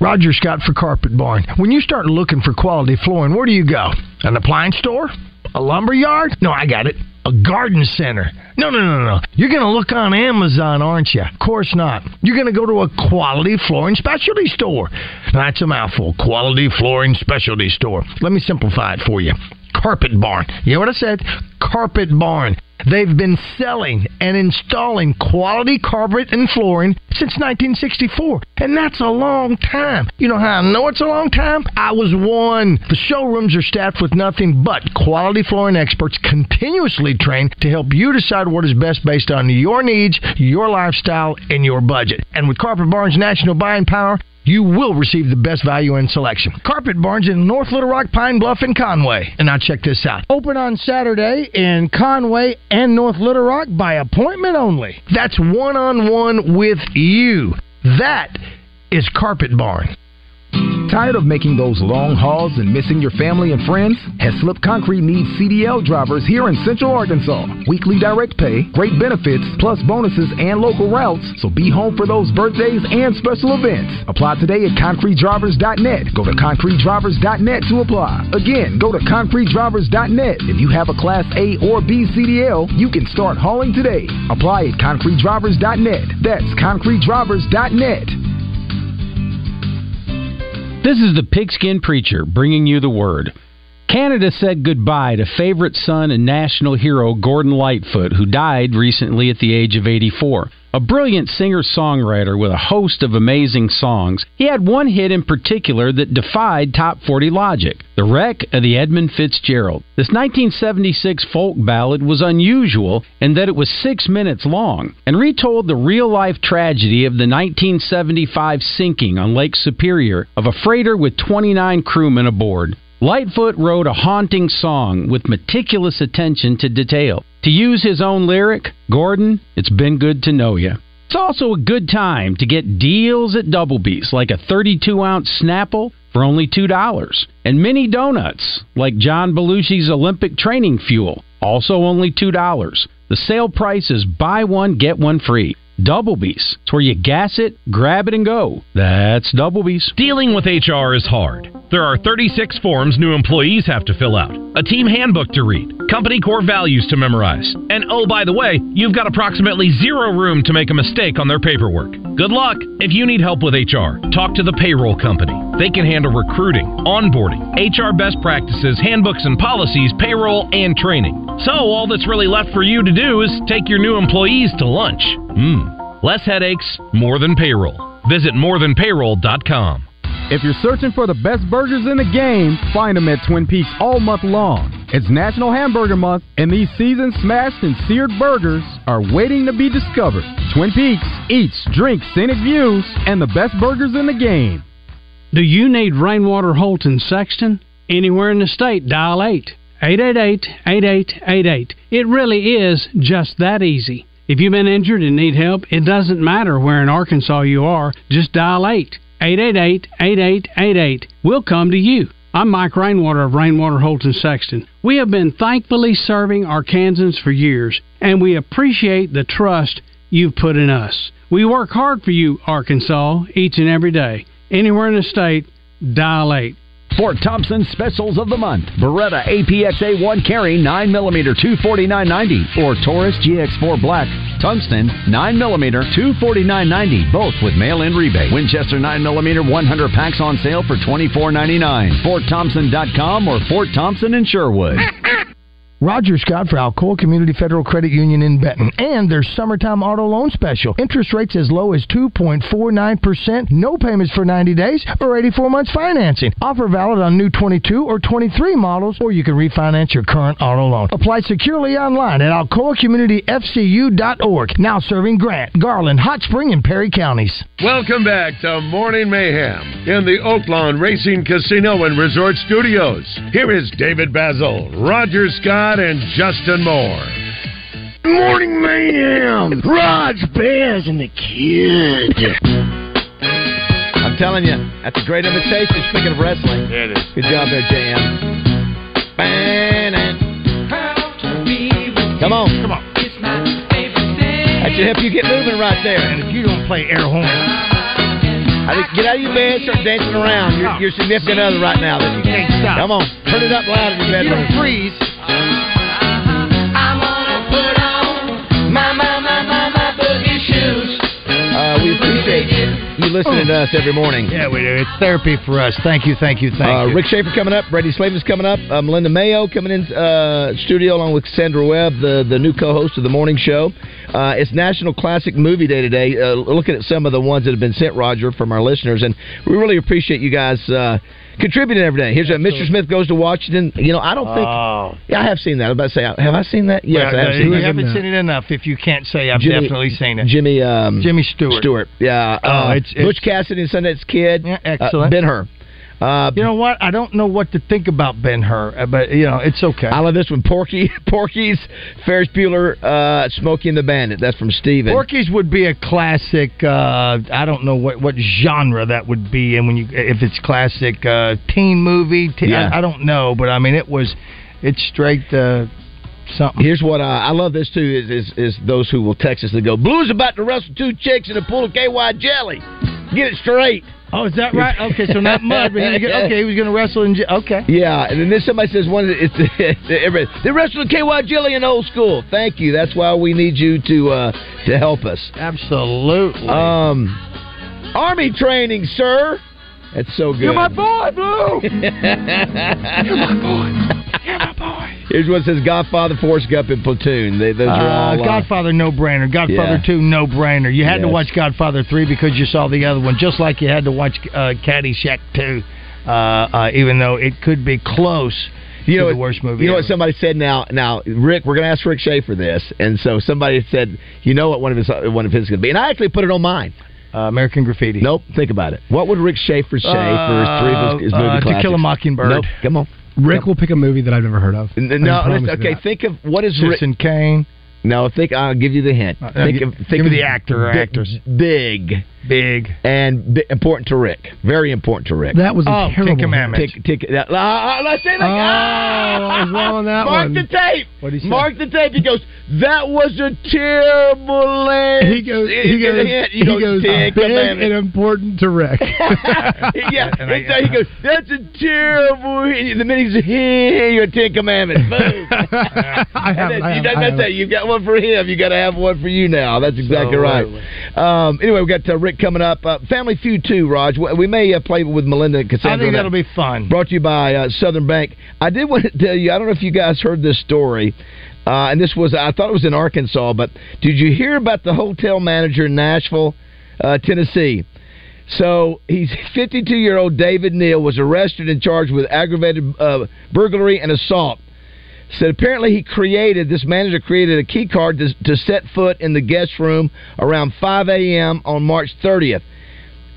Speaker 7: Roger Scott for Carpet Barn. When you start looking for quality flooring, where do you go? An appliance store? A lumber yard? No, I got it. A garden center. No, no, no, no. You're going to look on Amazon, aren't you? Of course not. You're going to go to a quality flooring specialty store. Now, that's a mouthful. Quality flooring specialty store. Let me simplify it for you. Carpet Barn. You know what I said? Carpet Barn. They've been selling and installing quality carpet and flooring since 1964, and that's a long time. You know how I know it's a long time? I was one. The showrooms are staffed with nothing but quality flooring experts continuously trained to help you decide what is best based on your needs, your lifestyle, and your budget. And with Carpet Barn's national buying power, you will receive the best value and selection. Carpet Barns in North Little Rock, Pine Bluff, and Conway. And now check this out. Open on Saturday in Conway and North Little Rock by appointment only. That's one on one with you. That is Carpet Barn.
Speaker 20: Tired of making those long hauls and missing your family and friends? Has Slip Concrete needs CDL drivers here in Central Arkansas. Weekly direct pay, great benefits, plus bonuses and local routes, so be home for those birthdays and special events. Apply today at concretedrivers.net. Go to concretedrivers.net to apply. Again, go to concretedrivers.net. If you have a Class A or B CDL, you can start hauling today. Apply at concretedrivers.net. That's concretedrivers.net.
Speaker 21: This is the Pigskin Preacher bringing you the word. Canada said goodbye to favorite son and national hero Gordon Lightfoot, who died recently at the age of 84. A brilliant singer songwriter with a host of amazing songs, he had one hit in particular that defied top 40 logic The Wreck of the Edmund Fitzgerald. This 1976 folk ballad was unusual in that it was six minutes long and retold the real life tragedy of the 1975 sinking on Lake Superior of a freighter with 29 crewmen aboard. Lightfoot wrote a haunting song with meticulous attention to detail. To use his own lyric, Gordon, it's been good to know you. It's also a good time to get deals at Double B's, like a 32 ounce Snapple for only $2, and mini donuts, like John Belushi's Olympic training fuel, also only $2. The sale price is buy one, get one free. Double B's. It's where you gas it, grab it, and go. That's Double B's.
Speaker 22: Dealing with HR is hard. There are 36 forms new employees have to fill out, a team handbook to read, company core values to memorize, and oh, by the way, you've got approximately zero room to make a mistake on their paperwork. Good luck! If you need help with HR, talk to the payroll company. They can handle recruiting, onboarding, HR best practices, handbooks and policies, payroll, and training. So, all that's really left for you to do is take your new employees to lunch. Mmm, less headaches, more than payroll. Visit morethanpayroll.com.
Speaker 13: If you're searching for the best burgers in the game, find them at Twin Peaks all month long. It's National Hamburger Month, and these seasoned, smashed, and seared burgers are waiting to be discovered. Twin Peaks eats, drinks, scenic views, and the best burgers in the game.
Speaker 23: Do you need Rainwater Holt in Sexton? Anywhere in the state, dial 8. 888-8888. It really is just that easy. If you've been injured and need help, it doesn't matter where in Arkansas you are, just dial 8. 888-8888. We'll come to you. I'm Mike Rainwater of Rainwater Holt and Sexton. We have been thankfully serving Arkansans for years, and we appreciate the trust you've put in us. We work hard for you, Arkansas, each and every day. Anywhere in the state, dial 8.
Speaker 24: Fort Thompson Specials of the Month. Beretta APXA1 carry 9mm 249.90 or Taurus GX4 Black. Tungsten 9mm 249.90 both with mail-in rebate. Winchester 9mm 100 packs on sale for $24.99. FortThompson.com or Fort Thompson in Sherwood.
Speaker 7: Roger Scott for Alcoa Community Federal Credit Union in Benton and their summertime auto loan special. Interest rates as low as 2.49%, no payments for 90 days or 84 months financing. Offer valid on new 22 or 23 models or you can refinance your current auto loan. Apply securely online at alcoacommunityfcu.org. Now serving Grant, Garland, Hot Spring and Perry counties.
Speaker 16: Welcome back to Morning Mayhem in the Oaklawn Racing Casino and Resort Studios. Here is David Basil, Roger Scott, and Justin Moore.
Speaker 25: Morning Mayhem! Raj, Bears, and the kid.
Speaker 6: I'm telling you, that's a great invitation. Speaking of wrestling,
Speaker 25: It is.
Speaker 6: good job there, JM. Come on, come on. That should help you get moving right there. And if you don't play air horn, I think get out of your bed, start dancing around. Your, your significant other right now. That you can't stop. Come on, turn it up loud in your bedroom.
Speaker 25: don't freeze. I'm gonna put on my, my, my, my, my boogie shoes.
Speaker 6: Uh, we appreciate you listening to us every morning.
Speaker 7: Yeah, we do. It's therapy for us. Thank you, thank you, thank
Speaker 6: Uh,
Speaker 7: you.
Speaker 6: Rick Schaefer coming up. Brady Slavin's coming up. Uh, Melinda Mayo coming in uh, studio along with Sandra Webb, the, the new co-host of the morning show. Uh, it's National Classic Movie Day today. Uh, looking at some of the ones that have been sent, Roger, from our listeners, and we really appreciate you guys uh, contributing every day. Here's a Mr. Smith goes to Washington. You know, I don't think.
Speaker 7: Oh.
Speaker 6: Yeah, I have seen that. I was about to say, have I seen that? Yes,
Speaker 7: Well,
Speaker 6: I have seen
Speaker 7: you
Speaker 6: that.
Speaker 7: haven't seen it enough. If you can't say, I've
Speaker 6: Jimmy-
Speaker 7: definitely seen it.
Speaker 6: Jimmy um,
Speaker 7: Jimmy Stewart.
Speaker 6: Stewart, yeah.
Speaker 7: Oh,
Speaker 6: Uh,
Speaker 7: it's- it's-
Speaker 6: Butch Cassidy and Sundance Kid.
Speaker 7: excellent.
Speaker 6: Ben Hur. Uh,
Speaker 7: you know what? I don't know what to think about Ben Hur, uh, but you know it's okay. I
Speaker 6: love this one. Porky, (laughs) Porky's, Ferris Bueller, uh, Smokey and the Bandit. That's from Steven.
Speaker 7: Porky's would be a classic. Uh, I don't know what, what genre that would be, and when you if it's classic uh, teen movie, t- I-
Speaker 6: Yeah.
Speaker 7: I, don't know, but I mean it was, it's straight uh, something.
Speaker 6: Here's what uh, I love this too is, is is those who will text us that go Blue's about to wrestle two chicks in a pool of KY jelly. Get it straight.
Speaker 7: Oh, is that right? Okay, so not mud, but he was
Speaker 6: (laughs)
Speaker 7: gonna- okay, he was going to wrestle in. j- Okay.
Speaker 6: Yeah, and then this somebody says one. It's, (laughs) it's, every- they wrestled KY jelly in old school. Thank you. That's why we need you to uh, to help us.
Speaker 7: Absolutely.
Speaker 6: Um, army training, sir. That's so good.
Speaker 25: You're my boy, Blue.
Speaker 1: (laughs)
Speaker 25: You're my boy.
Speaker 6: Here's what it says: Godfather, Forrest Gump, and Platoon. They, those are
Speaker 7: Uh,
Speaker 6: all. uh,
Speaker 7: Godfather, no brainer. Godfather
Speaker 6: Yeah.
Speaker 7: two, no brainer. You had to
Speaker 6: Yes.
Speaker 7: watch Godfather three because you saw the other one, just like you had to watch uh, Caddyshack two, uh, uh, even though it could be close.
Speaker 6: You
Speaker 7: to
Speaker 6: know
Speaker 7: the
Speaker 6: what-
Speaker 7: worst movie.
Speaker 6: You know
Speaker 7: ever.
Speaker 6: what somebody said now? Now, Rick, we're going to ask Rick Schaefer this, and so somebody said, you know what one of his one of his going to be, and I actually put it on mine.
Speaker 7: Uh, American Graffiti.
Speaker 6: Nope. Think about it. What would Rick Schaefer say for his three of his, his
Speaker 8: Uh,
Speaker 6: movie
Speaker 8: uh, To
Speaker 6: classics?
Speaker 8: Kill a Mockingbird.
Speaker 6: Nope. Come on.
Speaker 8: Rick will pick a movie that I've never heard of. I can
Speaker 6: No.
Speaker 8: promise
Speaker 6: let's-
Speaker 8: you
Speaker 6: okay.
Speaker 8: that.
Speaker 6: Think of what is Rick.
Speaker 7: Citizen Kane.
Speaker 6: No. Think. I'll give you the hint.
Speaker 8: Uh,
Speaker 7: no,
Speaker 6: think
Speaker 7: gi-
Speaker 6: of, think
Speaker 7: give me
Speaker 6: of
Speaker 7: the actor or actress.
Speaker 6: Big.
Speaker 7: Big.
Speaker 6: And bi- important to Rick. Very important to Rick.
Speaker 8: That was a
Speaker 6: oh,
Speaker 8: terrible hint.
Speaker 7: Commandments.
Speaker 6: Tick, tick, that, ah, ah, let's say like,
Speaker 8: Oh,
Speaker 6: ah,
Speaker 8: I was wrong on that
Speaker 6: Mark
Speaker 8: one.
Speaker 6: the tape.
Speaker 8: What'd he say?
Speaker 6: Mark the tape. He goes, that was a terrible land.
Speaker 8: He goes. He
Speaker 6: It's
Speaker 8: goes.
Speaker 6: a hit.
Speaker 8: He goes.
Speaker 6: Ten
Speaker 8: Big and (laughs)
Speaker 6: Commandments.
Speaker 8: important to Rick.
Speaker 6: (laughs)
Speaker 8: (laughs)
Speaker 6: yeah, it's like he goes, that's a terrible hit. The minute he's here, your
Speaker 8: (laughs)
Speaker 6: Ten Commandments. Boom.
Speaker 8: I have.
Speaker 6: That's-
Speaker 8: I have,
Speaker 6: that-
Speaker 8: I
Speaker 6: that's
Speaker 8: have.
Speaker 6: it. You've got one for him. You got to have one for you now. That's exactly right. Um, anyway, we got uh, Rick coming up. Uh, Family Feud too, Raj. We, we may uh, play with Melinda and Cassandra.
Speaker 7: I think
Speaker 6: on
Speaker 7: that'll be fun.
Speaker 6: Brought to you by uh, Southern Bank. I did want to (laughs) tell you. I don't know if you guys heard this story. Uh, and this was, I thought it was in Arkansas, but did you hear about the hotel manager in Nashville, uh, Tennessee? So he's (laughs) 52 year old David Neal was arrested and charged with aggravated uh, burglary and assault. Said apparently he created this manager created a key card to, to set foot in the guest room around 5 a.m. on March 30th.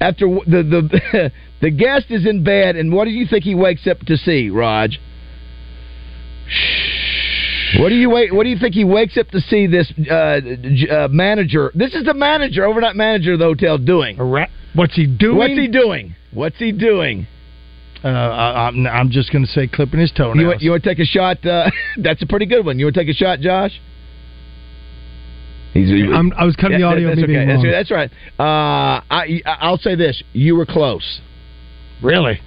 Speaker 6: After w- the the (laughs) the guest is in bed, and what do you think he wakes up to see, Raj? What do you wait? What do you think he wakes up to see this uh, j- uh, manager? This is the manager, overnight manager of the hotel, doing.
Speaker 7: What's he doing?
Speaker 6: What's he doing? What's he doing?
Speaker 7: Uh, I, I'm, I'm just going to say clipping his toenails.
Speaker 6: You want, you want to take a shot? Uh, (laughs) that's a pretty good one. You want to take a shot, Josh?
Speaker 8: I'm, I was cutting
Speaker 6: Yeah,
Speaker 8: the audio.
Speaker 6: that-
Speaker 8: of me
Speaker 6: That's,
Speaker 8: being
Speaker 6: okay. That's,
Speaker 8: wrong.
Speaker 6: that's right. Uh, I I- I'll say this: you were close.
Speaker 7: Really?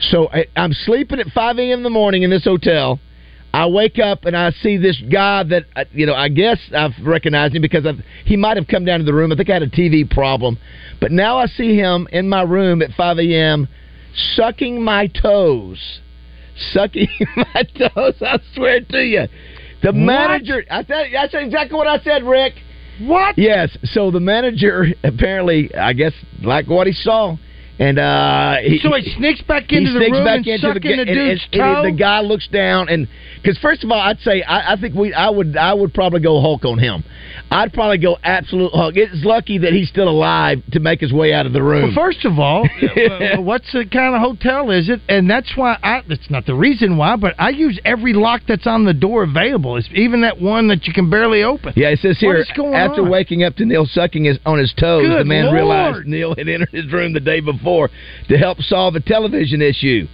Speaker 6: So I, I'm sleeping at 5 a.m. in the morning in this hotel. I wake up and I see this guy that uh, you know. I guess I've recognized him because I've, he might have come down to the room. I think I had a TV problem, but now I see him in my room at 5 a.m. sucking my toes, sucking (laughs) my toes. I swear to you, the
Speaker 25: What?
Speaker 6: manager. I said that's exactly what I said, Rick.
Speaker 25: What?
Speaker 6: Yes. So the manager apparently, I guess, liked what he saw, and uh, he,
Speaker 7: so he sneaks back into the
Speaker 6: sneaks
Speaker 7: room
Speaker 6: back
Speaker 7: and
Speaker 6: into the,
Speaker 7: sucking the,
Speaker 6: and- and-
Speaker 7: dude's
Speaker 6: and
Speaker 7: toe.
Speaker 6: the guy looks down and because first of all, I'd say I, I think we I would I would probably go Hulk on him. I'd probably go absolute Hulk. It's lucky that he's still alive to make his way out of the
Speaker 7: Well,
Speaker 6: room.
Speaker 7: first of
Speaker 6: (laughs)
Speaker 7: all, (laughs) uh, what's the kind of hotel is it? And that's why I, that's not the reason why, but I use every lock that's on the door available. It's even that one that you can barely open. (laughs)
Speaker 6: (laughs) yeah, it says
Speaker 7: What
Speaker 6: here
Speaker 7: is going
Speaker 6: after
Speaker 7: on?
Speaker 6: waking up to Neil sucking his on his toes,
Speaker 7: Good
Speaker 6: the man
Speaker 7: Lord.
Speaker 6: realized Neil had entered his room the day before to help solve a television issue.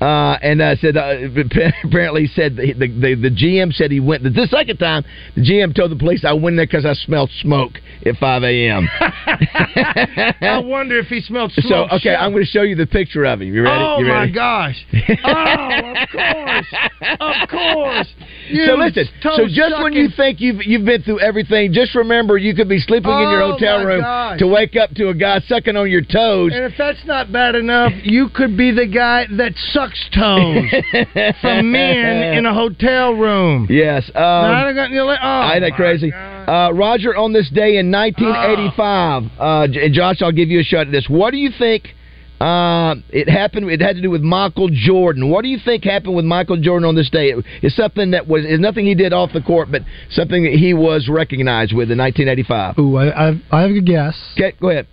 Speaker 6: Uh, and uh, said uh, (laughs) apparently he said the, the, the the GM said he went the second time. The GM told the police I went in there because I smelled smoke at
Speaker 7: (laughs)
Speaker 6: 5 a.m.
Speaker 7: I wonder if he smelled smoke.
Speaker 6: (laughs) So okay,
Speaker 7: shit.
Speaker 6: I'm going to show you the picture of him. You ready?
Speaker 7: Oh
Speaker 6: you
Speaker 7: my
Speaker 6: ready?
Speaker 7: (laughs) gosh! Oh, of course, of course.
Speaker 6: so listen. So just when you think you've you've been through everything, just remember you could be sleeping in your
Speaker 7: Oh,
Speaker 6: hotel
Speaker 7: my
Speaker 6: room
Speaker 7: God.
Speaker 6: to wake up to a guy sucking on your toes.
Speaker 7: And if that's not bad enough, you could be the guy that sucks (laughs) toes (laughs) from men in a hotel room.
Speaker 6: Yes. Um,
Speaker 7: I don't got- you're like, oh,
Speaker 6: ain't that
Speaker 7: my
Speaker 6: crazy? Uh, Roger, on this day in 1985,
Speaker 7: Oh.
Speaker 6: uh, J- and Josh, I'll give you a shot at this. What do you think? Uh, it happened. It had to do with Michael Jordan. What do you think happened with Michael Jordan on this day? It, it's something that was it's nothing he did off the court, but something that he was recognized with in 1985.
Speaker 8: Ooh, I, I, I have a guess.
Speaker 6: Okay, go ahead.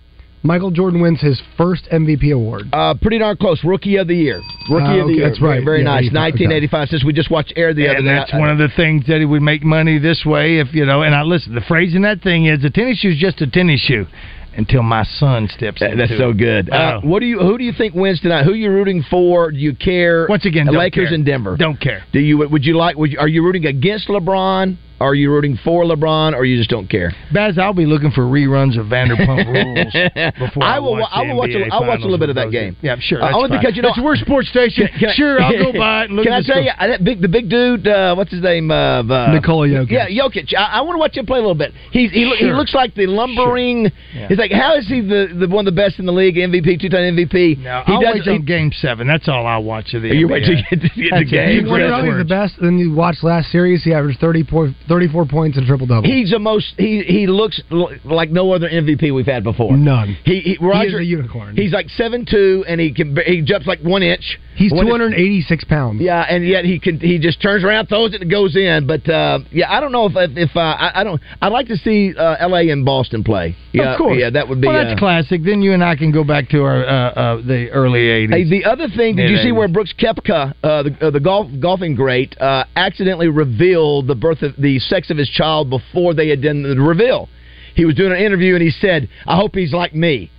Speaker 8: Michael Jordan wins his first MVP award.
Speaker 6: Uh, pretty darn close. Rookie of the year. Rookie
Speaker 8: Ah,
Speaker 6: of the
Speaker 8: okay,
Speaker 6: year.
Speaker 8: that's right.
Speaker 6: Very, very
Speaker 8: Yeah,
Speaker 6: nice.
Speaker 8: 85, okay.
Speaker 6: 1985. Since we just watched Air the other
Speaker 7: and
Speaker 6: day,
Speaker 7: that's one of the things that he would make money this way if you know and i listen the phrase in that thing is a tennis shoe is just a tennis shoe until my son steps in
Speaker 6: That's so good. Uh, what do you? Who do you think wins tonight? Who you rooting for? Do you care? Once
Speaker 7: again, don't
Speaker 6: Uh, Lakers
Speaker 7: care.
Speaker 6: and Denver.
Speaker 7: Don't care.
Speaker 6: Do you? Would you like? Would you, are you rooting against LeBron? Are you rooting for LeBron? Or you just don't care?
Speaker 7: Baz, I'll be looking for reruns of
Speaker 6: (laughs)
Speaker 7: Vanderpump Rules before I,
Speaker 6: I will.
Speaker 7: watch
Speaker 6: I will watch.
Speaker 7: the NBA
Speaker 6: A, I'll watch a little
Speaker 7: finals
Speaker 6: bit of
Speaker 7: with
Speaker 6: that
Speaker 7: those
Speaker 6: game.
Speaker 7: dudes. Yeah, sure.
Speaker 6: Uh,
Speaker 7: that's
Speaker 6: only
Speaker 7: fine.
Speaker 6: because you know
Speaker 7: It's- we're a sports station.
Speaker 6: Can- can I-
Speaker 7: sure, I'll go
Speaker 6: (laughs)
Speaker 7: by it and look
Speaker 6: can
Speaker 7: at
Speaker 6: I
Speaker 7: the
Speaker 6: tell
Speaker 7: score.
Speaker 6: you I- that big the big dude? Uh, what's his name? Uh, uh,
Speaker 8: Nikola Jokic.
Speaker 6: Yeah, Jokic. I, I want to watch him play a little bit. He's, he lo- he
Speaker 8: Sure.
Speaker 6: looks like the lumbering.
Speaker 7: Yeah.
Speaker 6: He's like, how is he the, the one of the best in the league? MVP, two time MVP.
Speaker 7: No,
Speaker 6: he
Speaker 7: I'll
Speaker 6: does.
Speaker 7: wait till Uh, game seven. That's all I'll watch (laughs) of the.
Speaker 6: You
Speaker 7: NBA.
Speaker 6: wait till you get to- get to
Speaker 7: That's it.
Speaker 6: game
Speaker 7: You
Speaker 8: Wonder
Speaker 7: wait
Speaker 8: how he's
Speaker 7: till-
Speaker 8: the best. Then you watch last series. He averaged 30 po- 34 points and triple double.
Speaker 6: He's the most. He he looks l- like no other MVP we've had before.
Speaker 8: None.
Speaker 6: He, he Roger
Speaker 8: a unicorn.
Speaker 6: He's like seven two, and he can ba- he jumps like one inch.
Speaker 8: He's
Speaker 6: One inch-
Speaker 8: 286 pounds.
Speaker 6: Yeah, and yet he can he just turns around, throws it, and goes in. But uh, yeah, I don't know if if, if uh, I, I don't. I'd like to see uh, L.A. and Boston play. Yeah,
Speaker 7: of course.
Speaker 6: Yeah, that would be.
Speaker 7: Well, that's
Speaker 6: uh,
Speaker 7: classic. Then you and I can go back to our uh, uh, the early '80s.
Speaker 6: Hey, the other thing, did you
Speaker 7: Mid-eighties.
Speaker 6: see where Brooks Kepka, uh, the, uh, the golf golfing great, uh, accidentally revealed the birth of the sex of his child before they had done the reveal? He was doing an interview and he said, "I hope he's like me."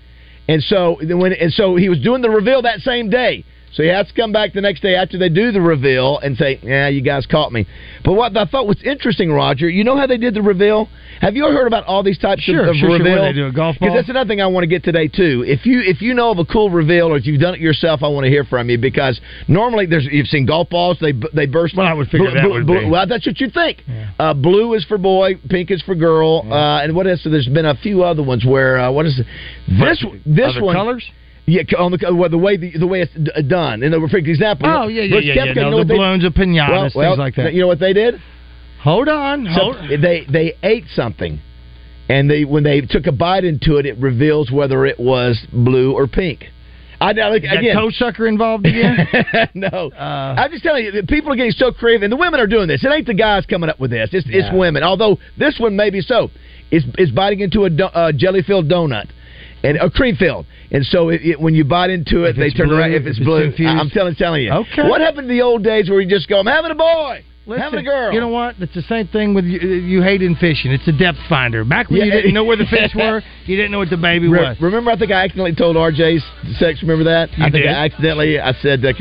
Speaker 6: And so then when and so he was doing the reveal that same day. So he has to come back the next day after they do the reveal and say, "Yeah, you guys caught me." But what I thought was interesting, Roger, you know how they did the reveal? Have you ever heard about all these types
Speaker 7: Sure,
Speaker 6: of, of
Speaker 7: sure, sure. What,
Speaker 6: reveal?
Speaker 7: they do a golf
Speaker 6: 'Cause
Speaker 7: ball?
Speaker 6: that's another thing I want to get today too. If you if you know of a cool reveal or if you've done it yourself, I want to hear from you because normally there's you've seen golf balls they bu- they burst. Well, I would
Speaker 7: figure that would be.
Speaker 6: Well, that's what you think. Uh, blue is for boy, pink is for girl, uh, and what else? There's been a few other ones where uh, what is it? this this
Speaker 7: Other
Speaker 6: one
Speaker 7: colors?
Speaker 6: Yeah, co- on the co- well, the way the, the way it's d- done. And the perfect example.
Speaker 7: Oh, yeah, yeah,
Speaker 6: Brooks
Speaker 7: yeah, yeah.
Speaker 6: Koepka,
Speaker 7: No,
Speaker 6: you know what
Speaker 7: the
Speaker 6: they-
Speaker 7: balloons, the pinatas,
Speaker 6: Well,
Speaker 7: things
Speaker 6: well,
Speaker 7: like that.
Speaker 6: You know what they did?
Speaker 7: Hold on, hold
Speaker 6: So they they ate something, and they when they took a bite into it, it reveals whether it was blue or pink. I now like,
Speaker 7: Is that
Speaker 6: again.
Speaker 7: toe sucker involved again?
Speaker 6: (laughs)
Speaker 7: Uh,
Speaker 6: no, I'm just telling you, the people are getting so creative, and the women are doing this. It ain't the guys coming up with this; it's, it's
Speaker 7: Yeah.
Speaker 6: women. Although this one maybe so, it's, it's biting into a do- uh, jelly-filled donut and a cream-filled, and so it, it, when you bite into it, they turn around. If it's, blue, I- I'm telling telling you.
Speaker 7: Okay.
Speaker 6: What happened to the old days where you just go, "I'm having a boy, having
Speaker 7: Listen,
Speaker 6: a girl"?
Speaker 7: You know what? It's the same thing with you, you hating fishing. It's a depth finder. Back when you
Speaker 6: Yeah.
Speaker 7: didn't know where the fish (laughs)
Speaker 6: (laughs)
Speaker 7: were, you didn't know what the baby
Speaker 6: Re-
Speaker 7: was.
Speaker 6: Remember, I think I accidentally told RJ's sex. Remember that? I think
Speaker 7: did?
Speaker 6: I accidentally I said,
Speaker 7: On the
Speaker 6: uh,
Speaker 7: air?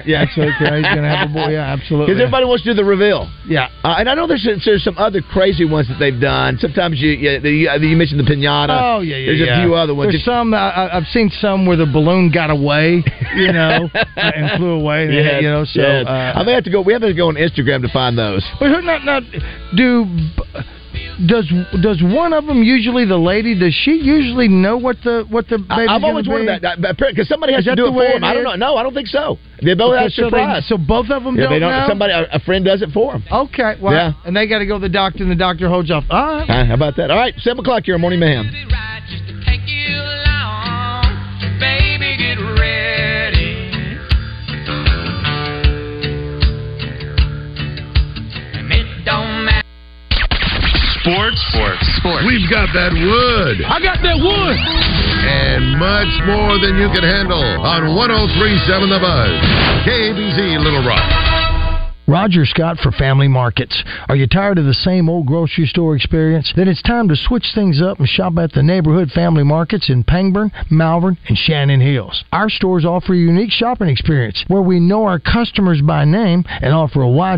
Speaker 6: "Congratulations!" Yeah,
Speaker 7: That's okay. He's gonna have a
Speaker 6: (laughs)
Speaker 7: boy. Yeah, absolutely.
Speaker 6: Because everybody wants to do the reveal.
Speaker 7: Yeah,
Speaker 6: uh, and I know there's there's some other crazy ones that they've done. Sometimes you you, you, you mentioned the pinata.
Speaker 7: Oh yeah, yeah.
Speaker 6: uh, There's
Speaker 7: yeah.
Speaker 6: a few other ones.
Speaker 7: There's some I- I, I've seen some where the balloon got away, you
Speaker 6: (laughs)
Speaker 7: know, (laughs) and flew away.
Speaker 6: Yes,
Speaker 7: you know, so
Speaker 6: yes.
Speaker 7: uh,
Speaker 6: I may have to go. We have to go on Instagram to find those.
Speaker 7: But who- not not do does does one of them usually the lady does she usually know what the what the
Speaker 6: I-
Speaker 7: baby's
Speaker 6: I've always
Speaker 7: gonna be?
Speaker 6: wondered that because somebody has
Speaker 7: Is
Speaker 6: to
Speaker 7: that
Speaker 6: do
Speaker 7: the
Speaker 6: it
Speaker 7: way
Speaker 6: for them. I don't
Speaker 7: is?
Speaker 6: know. No, I don't think so. They both
Speaker 7: Okay,
Speaker 6: have
Speaker 7: so, they,
Speaker 6: surprise.
Speaker 7: so both of them
Speaker 6: Yeah,
Speaker 7: don't,
Speaker 6: they
Speaker 7: know.
Speaker 6: Somebody, a, a friend does it for them.
Speaker 7: okay, well,
Speaker 6: Yeah.
Speaker 7: and they got to go to the doctor, and the doctor holds off. All right.
Speaker 6: how about that? All right, seven o'clock here, morning mayhem.
Speaker 1: Baby, get ready. And it don't matter.
Speaker 15: Sports. Sports. Sports. We've got that wood.
Speaker 1: I got that wood.
Speaker 15: And much more than you can handle on 1037 The Buzz. KBZ Little Rock.
Speaker 7: Roger Scott for Family Markets. Are you tired of the same old grocery store experience? Then it's time to switch things up and shop at the neighborhood family markets in Pangburn, Malvern, and Shannon Hills. Our stores offer a unique shopping experience where we know our customers by name and offer a wide